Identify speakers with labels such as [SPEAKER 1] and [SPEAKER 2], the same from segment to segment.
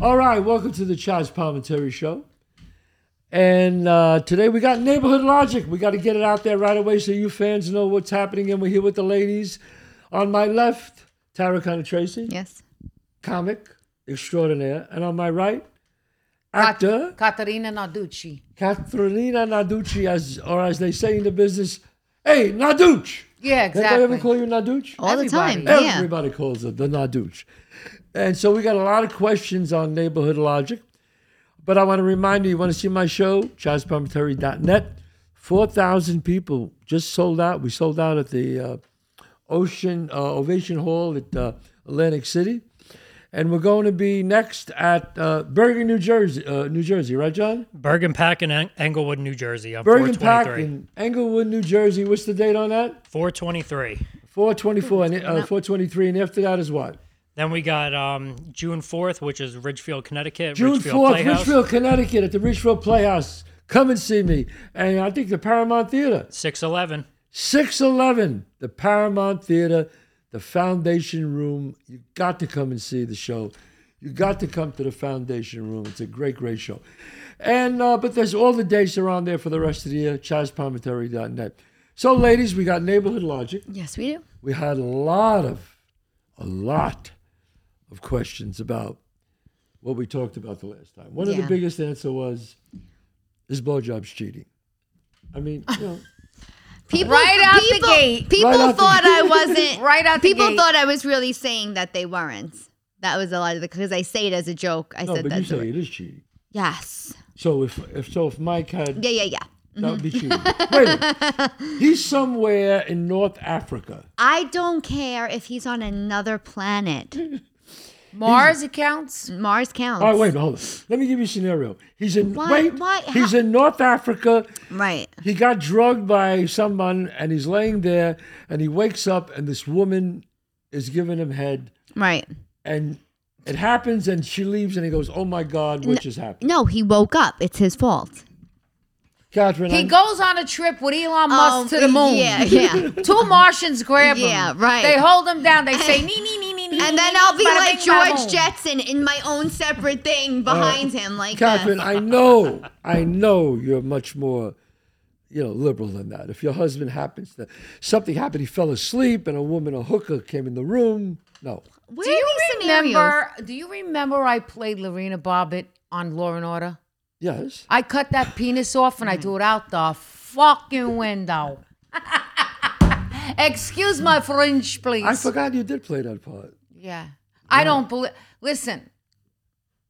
[SPEAKER 1] All right, welcome to the Chaz Palmentary Show. And uh, today we got Neighborhood Logic. We got to get it out there right away so you fans know what's happening. And we're here with the ladies. On my left, Tara Connor Tracy,
[SPEAKER 2] Yes.
[SPEAKER 1] comic extraordinaire. And on my right, actor
[SPEAKER 3] Caterina Narducci.
[SPEAKER 1] Katharina Naducci, as, or as they say in the business, hey, Naduch!
[SPEAKER 3] Yeah,
[SPEAKER 1] Did I ever
[SPEAKER 3] exactly.
[SPEAKER 1] call you Naduch?
[SPEAKER 2] All the time.
[SPEAKER 3] Everybody.
[SPEAKER 2] Yeah.
[SPEAKER 1] Everybody calls it the Naduch. And so we got a lot of questions on neighborhood logic. But I want to remind you, you want to see my show, chazpalmentary.net. 4,000 people just sold out. We sold out at the uh, Ocean uh, Ovation Hall at uh, Atlantic City. And we're going to be next at uh, Bergen, New Jersey, uh, New Jersey, right, John?
[SPEAKER 4] Bergen Pack in Ang- Englewood, New Jersey. On
[SPEAKER 1] Bergen Pack
[SPEAKER 4] 423.
[SPEAKER 1] in Englewood, New Jersey. What's the date on that?
[SPEAKER 4] 423.
[SPEAKER 1] 424 and uh, 423. And after that is what?
[SPEAKER 4] Then we got um, June 4th, which is Ridgefield, Connecticut.
[SPEAKER 1] June
[SPEAKER 4] Ridgefield
[SPEAKER 1] 4th,
[SPEAKER 4] Playhouse.
[SPEAKER 1] Richfield, Connecticut, at the Richfield Playhouse. Come and see me. And I think the Paramount Theater,
[SPEAKER 4] 611.
[SPEAKER 1] 611, the Paramount Theater, the Foundation Room. You got to come and see the show. You got to come to the Foundation Room. It's a great, great show. And uh, but there's all the dates are on there for the rest of the year. ChazPalmentary.net. So, ladies, we got Neighborhood Logic.
[SPEAKER 2] Yes, we do.
[SPEAKER 1] we had a lot of a lot of questions about what we talked about the last time. One of
[SPEAKER 2] Yeah.
[SPEAKER 1] the biggest answer was is blowjobs cheating? I mean, you know,
[SPEAKER 2] People,
[SPEAKER 3] Right out the
[SPEAKER 2] people,
[SPEAKER 3] gate.
[SPEAKER 2] People
[SPEAKER 1] Right out the
[SPEAKER 2] thought I
[SPEAKER 1] gate.
[SPEAKER 2] wasn't.
[SPEAKER 3] Right out the
[SPEAKER 2] People
[SPEAKER 3] gate.
[SPEAKER 2] thought I was really saying that they weren't. That was a lot of the because I say it as a joke. I
[SPEAKER 1] no,
[SPEAKER 2] said
[SPEAKER 1] but you
[SPEAKER 2] that's
[SPEAKER 1] say it is cheating.
[SPEAKER 2] yes.
[SPEAKER 1] So if if so if Mike had
[SPEAKER 2] Yeah, yeah, yeah.
[SPEAKER 1] that would be cheating. Wait a minute. He's somewhere in North Africa.
[SPEAKER 2] I don't care if he's on another planet.
[SPEAKER 3] Mars accounts.
[SPEAKER 2] Mars counts.
[SPEAKER 1] All right, wait, hold on. Let me give you a scenario. He's in
[SPEAKER 2] Why-
[SPEAKER 1] wait.
[SPEAKER 2] why-
[SPEAKER 1] he's in North Africa.
[SPEAKER 2] Right.
[SPEAKER 1] He got drugged by someone and he's laying there and he wakes up and this woman is giving him head
[SPEAKER 2] Right.
[SPEAKER 1] and it happens and she leaves and he goes, Oh my God, what just happened?
[SPEAKER 2] No, he woke up. It's his fault.
[SPEAKER 1] Catherine,
[SPEAKER 3] He
[SPEAKER 1] I'm-
[SPEAKER 3] goes on a trip with Elon Musk
[SPEAKER 2] Um,
[SPEAKER 3] to the moon.
[SPEAKER 2] Yeah, yeah.
[SPEAKER 3] Two Martians grab him.
[SPEAKER 2] Yeah, right.
[SPEAKER 3] They hold him down. They say, nee, nee, nee, nee, nee.
[SPEAKER 2] And then
[SPEAKER 3] nee,
[SPEAKER 2] I'll
[SPEAKER 3] nee,
[SPEAKER 2] be
[SPEAKER 3] bada
[SPEAKER 2] like
[SPEAKER 3] bing, bada
[SPEAKER 2] George
[SPEAKER 3] boom."
[SPEAKER 2] Jetson in my own separate thing behind him, like
[SPEAKER 1] Catherine,
[SPEAKER 2] this.
[SPEAKER 1] I know, I know you're much more, you know, liberal than that. If your husband happens to, something happened, he fell asleep and a woman, a hooker, came in the room. No.
[SPEAKER 2] Where
[SPEAKER 3] Do
[SPEAKER 2] are
[SPEAKER 3] you
[SPEAKER 2] these scenarios?
[SPEAKER 3] remember? Do you remember I played Lorena Bobbitt on Law and Order?
[SPEAKER 1] Yes.
[SPEAKER 3] I cut that penis off
[SPEAKER 2] Mm.
[SPEAKER 3] and I threw it out the fucking window. Excuse my French, please.
[SPEAKER 1] I forgot you did play that part.
[SPEAKER 3] Yeah. I don't believe. Listen,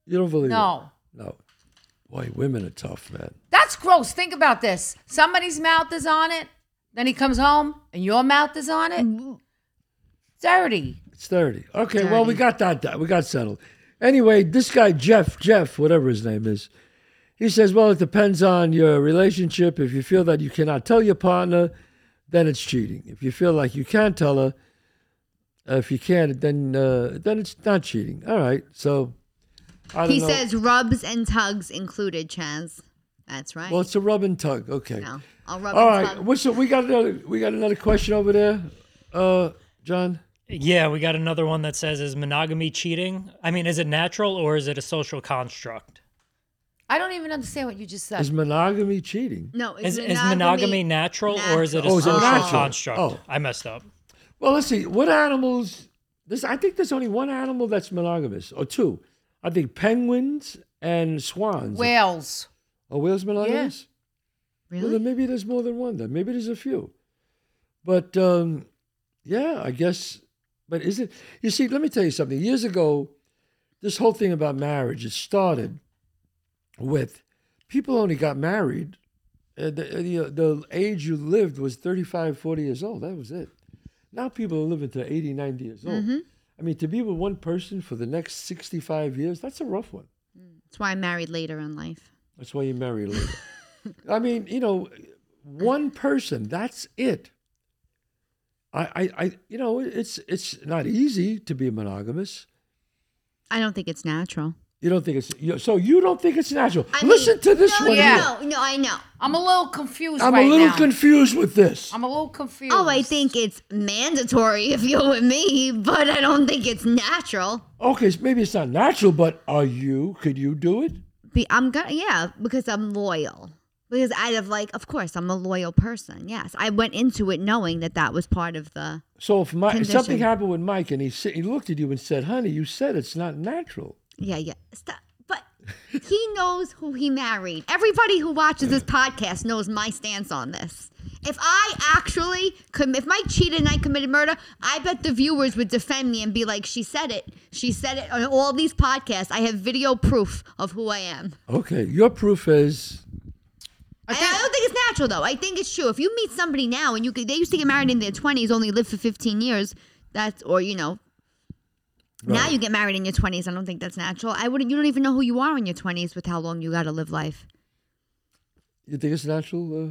[SPEAKER 1] You don't believe
[SPEAKER 3] no.
[SPEAKER 1] it? No. Boy, women are tough, man.
[SPEAKER 3] That's gross. Think about this. Somebody's mouth is on it. Then he comes home and your mouth is on
[SPEAKER 1] Mm-hmm.
[SPEAKER 3] it. Dirty.
[SPEAKER 1] It's 30. Okay, well, we got that, that. We got settled. Anyway, this guy, Jeff, Jeff, whatever his name is, he says, well, it depends on your relationship. If you feel that you cannot tell your partner, then it's cheating. If you feel like you can tell her, uh, if you can't, then uh, then it's not cheating. All right, so I don't
[SPEAKER 2] He
[SPEAKER 1] know.
[SPEAKER 2] says rubs and tugs included, Chaz. That's right.
[SPEAKER 1] well, it's a rub and tug. Okay.
[SPEAKER 2] no, I'll rub
[SPEAKER 1] All
[SPEAKER 2] and
[SPEAKER 1] right,
[SPEAKER 2] tug.
[SPEAKER 1] what's the- we got another we got another question over there, uh, John.
[SPEAKER 4] Yeah, we got another one that says, is monogamy cheating? I mean, is it natural or is it a social construct?
[SPEAKER 3] I don't even understand what you just said.
[SPEAKER 1] Is monogamy cheating?
[SPEAKER 2] No,
[SPEAKER 4] Is, is monogamy natural, or is it a
[SPEAKER 2] natural?
[SPEAKER 1] Oh, is it
[SPEAKER 4] social
[SPEAKER 1] natural?
[SPEAKER 4] construct?
[SPEAKER 1] Oh.
[SPEAKER 4] I messed up.
[SPEAKER 1] Well, let's see. What animals? This I think there's only one animal that's monogamous, or two. I think penguins and swans.
[SPEAKER 3] Whales.
[SPEAKER 1] Are whales monogamous? Well,
[SPEAKER 2] Really?
[SPEAKER 1] then maybe there's more than one. Then maybe there's a few. But um, yeah, I guess. But is it? You see, let me tell you something. Years ago, this whole thing about marriage it started with people only got married. Uh, the, the, the age you lived was 35, 40 years old. That was it. Now people are living to 80, 90 years old. I mean, to be with one person for the next 65 years, that's a rough one.
[SPEAKER 2] That's why I married later in life.
[SPEAKER 1] That's why you marry later. I mean, you know, one person, that's it. I, I, I, you know, it's it's not easy to be monogamous.
[SPEAKER 2] I don't think it's natural.
[SPEAKER 1] It- You don't think it's you- so? You don't think it's natural?
[SPEAKER 2] I mean,
[SPEAKER 1] Listen to this
[SPEAKER 2] no,
[SPEAKER 1] one.
[SPEAKER 3] yeah.
[SPEAKER 1] here.
[SPEAKER 2] No, no, I know.
[SPEAKER 3] I'm a little confused
[SPEAKER 1] I'm
[SPEAKER 3] right
[SPEAKER 1] a little
[SPEAKER 3] now.
[SPEAKER 1] confused with this.
[SPEAKER 3] I'm a little confused.
[SPEAKER 2] Oh, I think it's mandatory if you're with me, but I don't think it's natural.
[SPEAKER 1] okay, so maybe it's not natural, but are you? Could you do it?
[SPEAKER 2] Be, I'm gonna yeah, because I'm loyal. Because I'd have like, of course, I'm a loyal person. Yes, I went into it knowing that that was part of the.
[SPEAKER 1] So if, my, if something
[SPEAKER 2] Condition.
[SPEAKER 1] happened with Mike and he si- he looked at you and said, "Honey, you said it's not natural."
[SPEAKER 2] Yeah, yeah. Stop. But he knows who he married. Everybody who watches this podcast knows my stance on this. If I actually, com- if Mike cheated and I committed murder, I bet the viewers would defend me and be like, "She said it. She said it on all these podcasts. I have video proof of who I am."
[SPEAKER 1] Okay, your proof is
[SPEAKER 3] I
[SPEAKER 2] I, I
[SPEAKER 3] think
[SPEAKER 2] don't think it's natural though. I think it's true. If you meet somebody now and you could, they used to get married in their twenties, only live for fifteen years. That's or you know. Now
[SPEAKER 1] Right.
[SPEAKER 2] you get married in your twenties. I don't think that's natural. I wouldn't. You don't even know who you are in your twenties with how long you got to live life.
[SPEAKER 1] you think it's natural uh,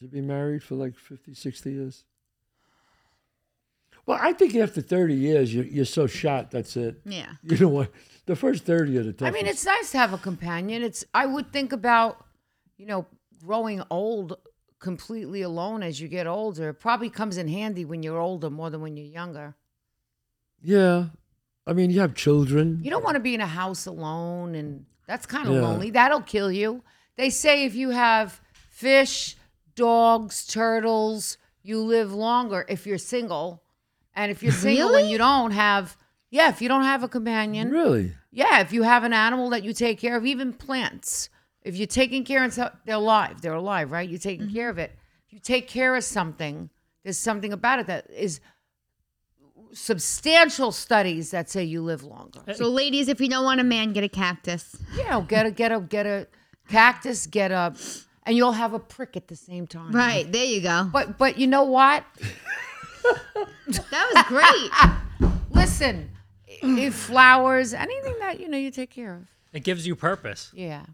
[SPEAKER 1] to be married for like 50, 60 years? Well, I think after 30 years, you're, you're so shot. That's it.
[SPEAKER 2] Yeah.
[SPEAKER 1] You know what? The first 30 are the toughest.
[SPEAKER 3] I mean, it's nice to have a companion. It's I would think about, you know, growing old completely alone as you get older. It probably comes in handy when you're older more than when you're younger.
[SPEAKER 1] Yeah. I mean, you have children.
[SPEAKER 3] You don't want to be in a house alone, and that's kind of
[SPEAKER 1] Yeah.
[SPEAKER 3] lonely. That'll kill you. They say if you have fish, dogs, turtles, you live longer if you're single. And if you're single and you don't have, yeah, if you don't have a companion,
[SPEAKER 1] Really?
[SPEAKER 3] yeah, if you have an animal that you take care of, even plants, if you're taking care of, some- they're alive. They're alive, right? You're taking care of it. You take care of something. There's something about it that is substantial studies that say you live longer.
[SPEAKER 2] So, ladies, if you don't want a man, get a cactus.
[SPEAKER 3] Yeah, get a get a get a cactus, get a, and you'll have a prick at the same time.
[SPEAKER 2] Right there, you go.
[SPEAKER 3] But but you know what?
[SPEAKER 2] That was great.
[SPEAKER 3] Listen, if flowers, anything that you know you take care of.
[SPEAKER 4] It gives you purpose,
[SPEAKER 3] Yeah.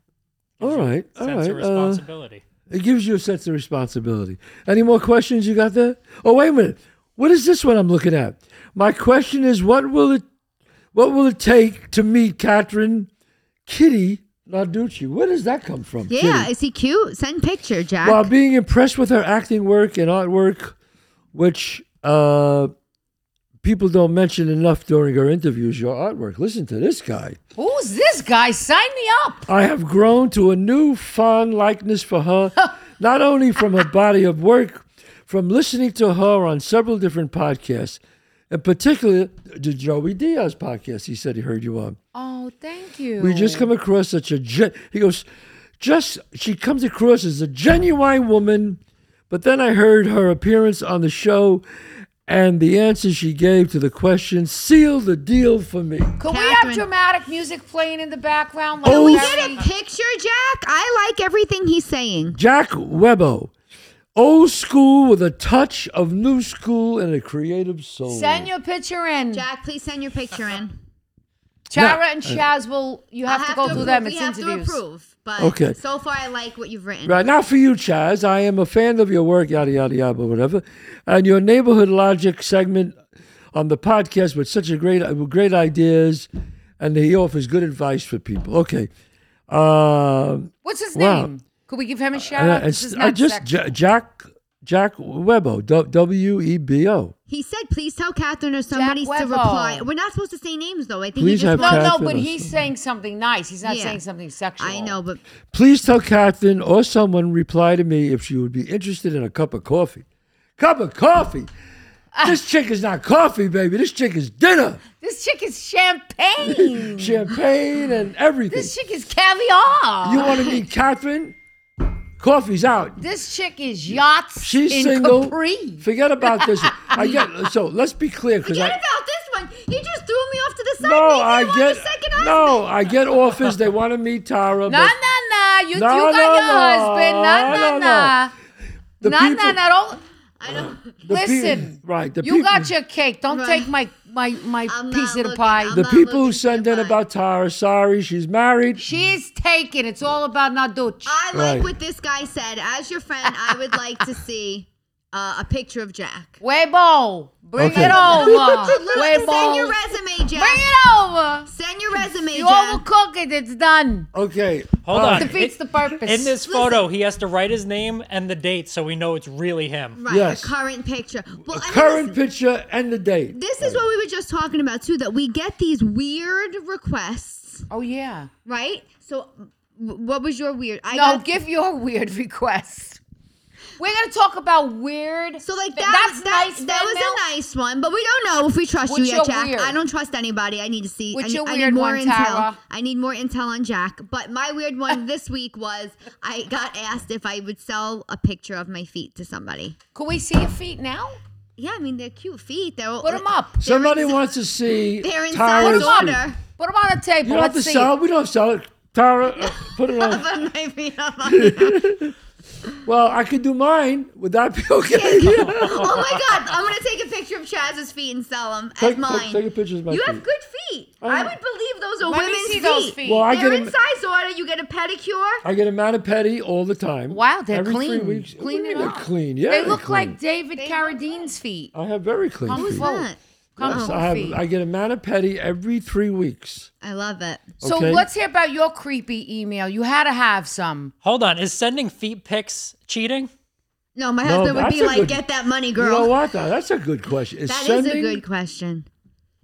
[SPEAKER 1] All right. All
[SPEAKER 4] sense
[SPEAKER 1] right. uh,
[SPEAKER 4] of responsibility.
[SPEAKER 1] it gives you a sense of responsibility. Any more questions you got there? Oh, wait a minute. What is this one I'm looking at? My question is what will it what will it take to meet Catherine Kitty Narducci? Where does that come from?
[SPEAKER 2] Yeah,
[SPEAKER 1] Kitty?
[SPEAKER 2] is he cute? Send picture, Jack.
[SPEAKER 1] While being impressed with her acting work and artwork, which uh, people don't mention enough during her interviews, your artwork. Listen to this guy.
[SPEAKER 3] Who's this guy? Sign me up.
[SPEAKER 1] I have grown to a new fond likeness for her, not only from her body of work, from listening to her on several different podcasts, in particular the Joey Diaz podcast. He said he heard you on.
[SPEAKER 3] Oh, thank you.
[SPEAKER 1] We just come across such a gen- he goes, just she comes across as a genuine woman, but then I heard her appearance on the show, and the answer she gave to the question sealed the deal for me.
[SPEAKER 3] Could we
[SPEAKER 2] Catherine.
[SPEAKER 3] have dramatic music playing in the background?
[SPEAKER 1] Oh,
[SPEAKER 2] we
[SPEAKER 1] Oof.
[SPEAKER 2] get a picture, Jack. I like everything he's saying.
[SPEAKER 1] Jack Webbo, old school with a touch of new school and a creative soul.
[SPEAKER 3] Send your picture in.
[SPEAKER 2] Jack, please send your picture in.
[SPEAKER 3] Chara and Shaz will. You
[SPEAKER 2] I'll
[SPEAKER 3] have, to go through
[SPEAKER 2] approve.
[SPEAKER 3] them.
[SPEAKER 2] We
[SPEAKER 3] It's
[SPEAKER 2] have
[SPEAKER 3] interviews.
[SPEAKER 2] to approve. But
[SPEAKER 1] Okay.
[SPEAKER 2] so far, I like what you've written.
[SPEAKER 1] Right now for you, Chaz. I am a fan of your work, yada yada yada, but whatever. And your neighborhood logic segment on the podcast with such a great, with great ideas, and he offers good advice for people. Okay, um,
[SPEAKER 3] What's his
[SPEAKER 1] Wow.
[SPEAKER 3] name? Could we give him a shout
[SPEAKER 1] and I,
[SPEAKER 3] out? This is
[SPEAKER 1] and I
[SPEAKER 3] not
[SPEAKER 1] just
[SPEAKER 3] sexual.
[SPEAKER 1] J- Jack Jack Webbo, W E B O.
[SPEAKER 2] He said, please tell Catherine or somebody to
[SPEAKER 3] Webbo.
[SPEAKER 2] reply. We're not supposed to say names, though. I think
[SPEAKER 1] Please
[SPEAKER 2] he just
[SPEAKER 1] have
[SPEAKER 2] wants-
[SPEAKER 3] no, no,
[SPEAKER 1] Catherine
[SPEAKER 3] but
[SPEAKER 1] or
[SPEAKER 3] he's saying something nice. He's not
[SPEAKER 2] Yeah.
[SPEAKER 3] saying something sexual.
[SPEAKER 2] I know, but
[SPEAKER 1] Please tell Catherine or someone reply to me if she would be interested in a cup of coffee. Cup of coffee.
[SPEAKER 3] Ah.
[SPEAKER 1] This chick is not coffee, baby. This chick is dinner,
[SPEAKER 3] This chick is champagne.
[SPEAKER 1] champagne, and everything.
[SPEAKER 3] this chick is caviar.
[SPEAKER 1] You want to meet Catherine? Coffee's out.
[SPEAKER 3] this chick is yachts.
[SPEAKER 1] She's
[SPEAKER 3] in
[SPEAKER 1] single.
[SPEAKER 3] Capri.
[SPEAKER 1] Forget about this. one. I get so. Let's be clear, because
[SPEAKER 2] forget
[SPEAKER 1] I
[SPEAKER 2] about this one. He just threw me off to the side.
[SPEAKER 1] no,
[SPEAKER 2] Maybe
[SPEAKER 1] I
[SPEAKER 2] I
[SPEAKER 1] get
[SPEAKER 2] the second
[SPEAKER 1] no, I get offers. They want to meet Tara.
[SPEAKER 3] Nah,
[SPEAKER 1] but
[SPEAKER 3] nah, nah. You,
[SPEAKER 1] No,
[SPEAKER 3] you got
[SPEAKER 1] no,
[SPEAKER 3] your
[SPEAKER 1] no.
[SPEAKER 3] husband. Nah,
[SPEAKER 1] No, no.
[SPEAKER 3] nah, nah.
[SPEAKER 1] the
[SPEAKER 3] Nah,
[SPEAKER 1] people,
[SPEAKER 3] nah, nah. Don't,
[SPEAKER 2] I don't.
[SPEAKER 1] the pe-
[SPEAKER 3] listen.
[SPEAKER 1] right? The
[SPEAKER 3] you
[SPEAKER 1] people,
[SPEAKER 3] got your cake. Don't
[SPEAKER 2] Right.
[SPEAKER 3] take my my my
[SPEAKER 2] I'm
[SPEAKER 3] piece
[SPEAKER 2] not
[SPEAKER 3] of the
[SPEAKER 2] looking.
[SPEAKER 3] pie.
[SPEAKER 2] I'm
[SPEAKER 1] the
[SPEAKER 2] not
[SPEAKER 1] people who
[SPEAKER 2] looking
[SPEAKER 1] send in
[SPEAKER 2] to buy.
[SPEAKER 1] about Tara. Sorry, she's married.
[SPEAKER 3] She's taken. It's all about Naduch.
[SPEAKER 2] I like
[SPEAKER 1] Right.
[SPEAKER 2] what this guy said. As your friend, I would like to see uh, a picture of Jack.
[SPEAKER 3] Weibo, bring
[SPEAKER 1] Okay.
[SPEAKER 3] it over.
[SPEAKER 2] Send your
[SPEAKER 3] Weibo,
[SPEAKER 2] resume, Jack.
[SPEAKER 3] bring it over.
[SPEAKER 2] Send your resume,
[SPEAKER 3] You
[SPEAKER 2] Jack.
[SPEAKER 3] overcook it. It's done.
[SPEAKER 1] Okay.
[SPEAKER 4] Hold
[SPEAKER 1] all
[SPEAKER 4] on.
[SPEAKER 1] right.
[SPEAKER 3] Defeats
[SPEAKER 4] It-
[SPEAKER 3] the purpose.
[SPEAKER 4] In this photo, he has to write his name and the date so we know it's really him.
[SPEAKER 2] Right,
[SPEAKER 1] Yes.
[SPEAKER 2] a current picture. Well, I mean,
[SPEAKER 1] Current picture and the date.
[SPEAKER 2] this, this is what we were just talking about too. That we get these weird requests,
[SPEAKER 3] oh yeah.
[SPEAKER 2] right? So, w- what was your weird? I
[SPEAKER 3] No,
[SPEAKER 2] got-
[SPEAKER 3] give your weird request. We're gonna talk about weird.
[SPEAKER 2] So like
[SPEAKER 3] thi-
[SPEAKER 2] that,
[SPEAKER 3] that's
[SPEAKER 2] that,
[SPEAKER 3] nice.
[SPEAKER 2] that
[SPEAKER 3] fan
[SPEAKER 2] was
[SPEAKER 3] mail.
[SPEAKER 2] a nice one, but we don't know if we trust
[SPEAKER 3] What's
[SPEAKER 2] you
[SPEAKER 3] your
[SPEAKER 2] yet, Jack.
[SPEAKER 3] weird?
[SPEAKER 2] I don't trust anybody. I need to see. I
[SPEAKER 3] What's
[SPEAKER 2] need,
[SPEAKER 3] your
[SPEAKER 2] I need
[SPEAKER 3] weird
[SPEAKER 2] more
[SPEAKER 3] one,
[SPEAKER 2] intel.
[SPEAKER 3] Tara?
[SPEAKER 2] I need more intel on Jack. But my weird one this week was I got asked if I would sell a picture of my feet to somebody.
[SPEAKER 3] Can we see your feet now?
[SPEAKER 2] Yeah, I mean they're cute feet. They're
[SPEAKER 3] Put them up.
[SPEAKER 1] Somebody
[SPEAKER 2] ins-
[SPEAKER 1] wants to see
[SPEAKER 2] They're in
[SPEAKER 1] Tara's
[SPEAKER 2] solid
[SPEAKER 1] feet.
[SPEAKER 2] order.
[SPEAKER 3] Put them on the table.
[SPEAKER 1] You don't have
[SPEAKER 3] Let's
[SPEAKER 1] to
[SPEAKER 3] see.
[SPEAKER 1] sell it. We don't sell it. Tara, uh, put it on.
[SPEAKER 2] But my feet are on-
[SPEAKER 1] Well, I could do mine. Would that be okay? Yeah.
[SPEAKER 2] oh my god! I'm gonna take a picture of Chaz's feet and sell them as
[SPEAKER 1] Take,
[SPEAKER 2] mine.
[SPEAKER 1] take, take a picture of my
[SPEAKER 2] You
[SPEAKER 1] feet.
[SPEAKER 2] have good feet. I,
[SPEAKER 1] I-
[SPEAKER 2] would believe those are
[SPEAKER 3] Let me
[SPEAKER 2] women's
[SPEAKER 3] see those feet.
[SPEAKER 1] Well, I
[SPEAKER 2] They're
[SPEAKER 1] get
[SPEAKER 2] in
[SPEAKER 1] a-
[SPEAKER 2] size order. You get a pedicure.
[SPEAKER 1] I get a mani-pedi all the time.
[SPEAKER 3] Wow, they're
[SPEAKER 1] Every
[SPEAKER 3] clean.
[SPEAKER 1] Three weeks. What do you
[SPEAKER 3] Clean
[SPEAKER 1] mean
[SPEAKER 3] it
[SPEAKER 1] they're
[SPEAKER 3] up.
[SPEAKER 1] clean. Yeah,
[SPEAKER 3] They
[SPEAKER 1] they're
[SPEAKER 3] look
[SPEAKER 1] clean.
[SPEAKER 3] like David Carradine's feet.
[SPEAKER 1] I have very clean
[SPEAKER 3] Who's
[SPEAKER 1] feet.
[SPEAKER 3] that?
[SPEAKER 2] That.
[SPEAKER 1] Yes,
[SPEAKER 3] Comfortable
[SPEAKER 1] I, have,
[SPEAKER 3] feet.
[SPEAKER 1] I get a mani-pedi every three weeks.
[SPEAKER 2] I love it.
[SPEAKER 3] so
[SPEAKER 1] okay.
[SPEAKER 3] let's hear about your creepy email. You had to have some.
[SPEAKER 4] Hold on. Is sending feet pics cheating?
[SPEAKER 2] No, my husband would
[SPEAKER 1] that's
[SPEAKER 2] be
[SPEAKER 1] a
[SPEAKER 2] like,
[SPEAKER 1] good-
[SPEAKER 2] "Get that money,
[SPEAKER 1] You know
[SPEAKER 2] girl."
[SPEAKER 1] what? Now, that's a good question. Is
[SPEAKER 2] That is
[SPEAKER 1] sending,
[SPEAKER 2] a good question.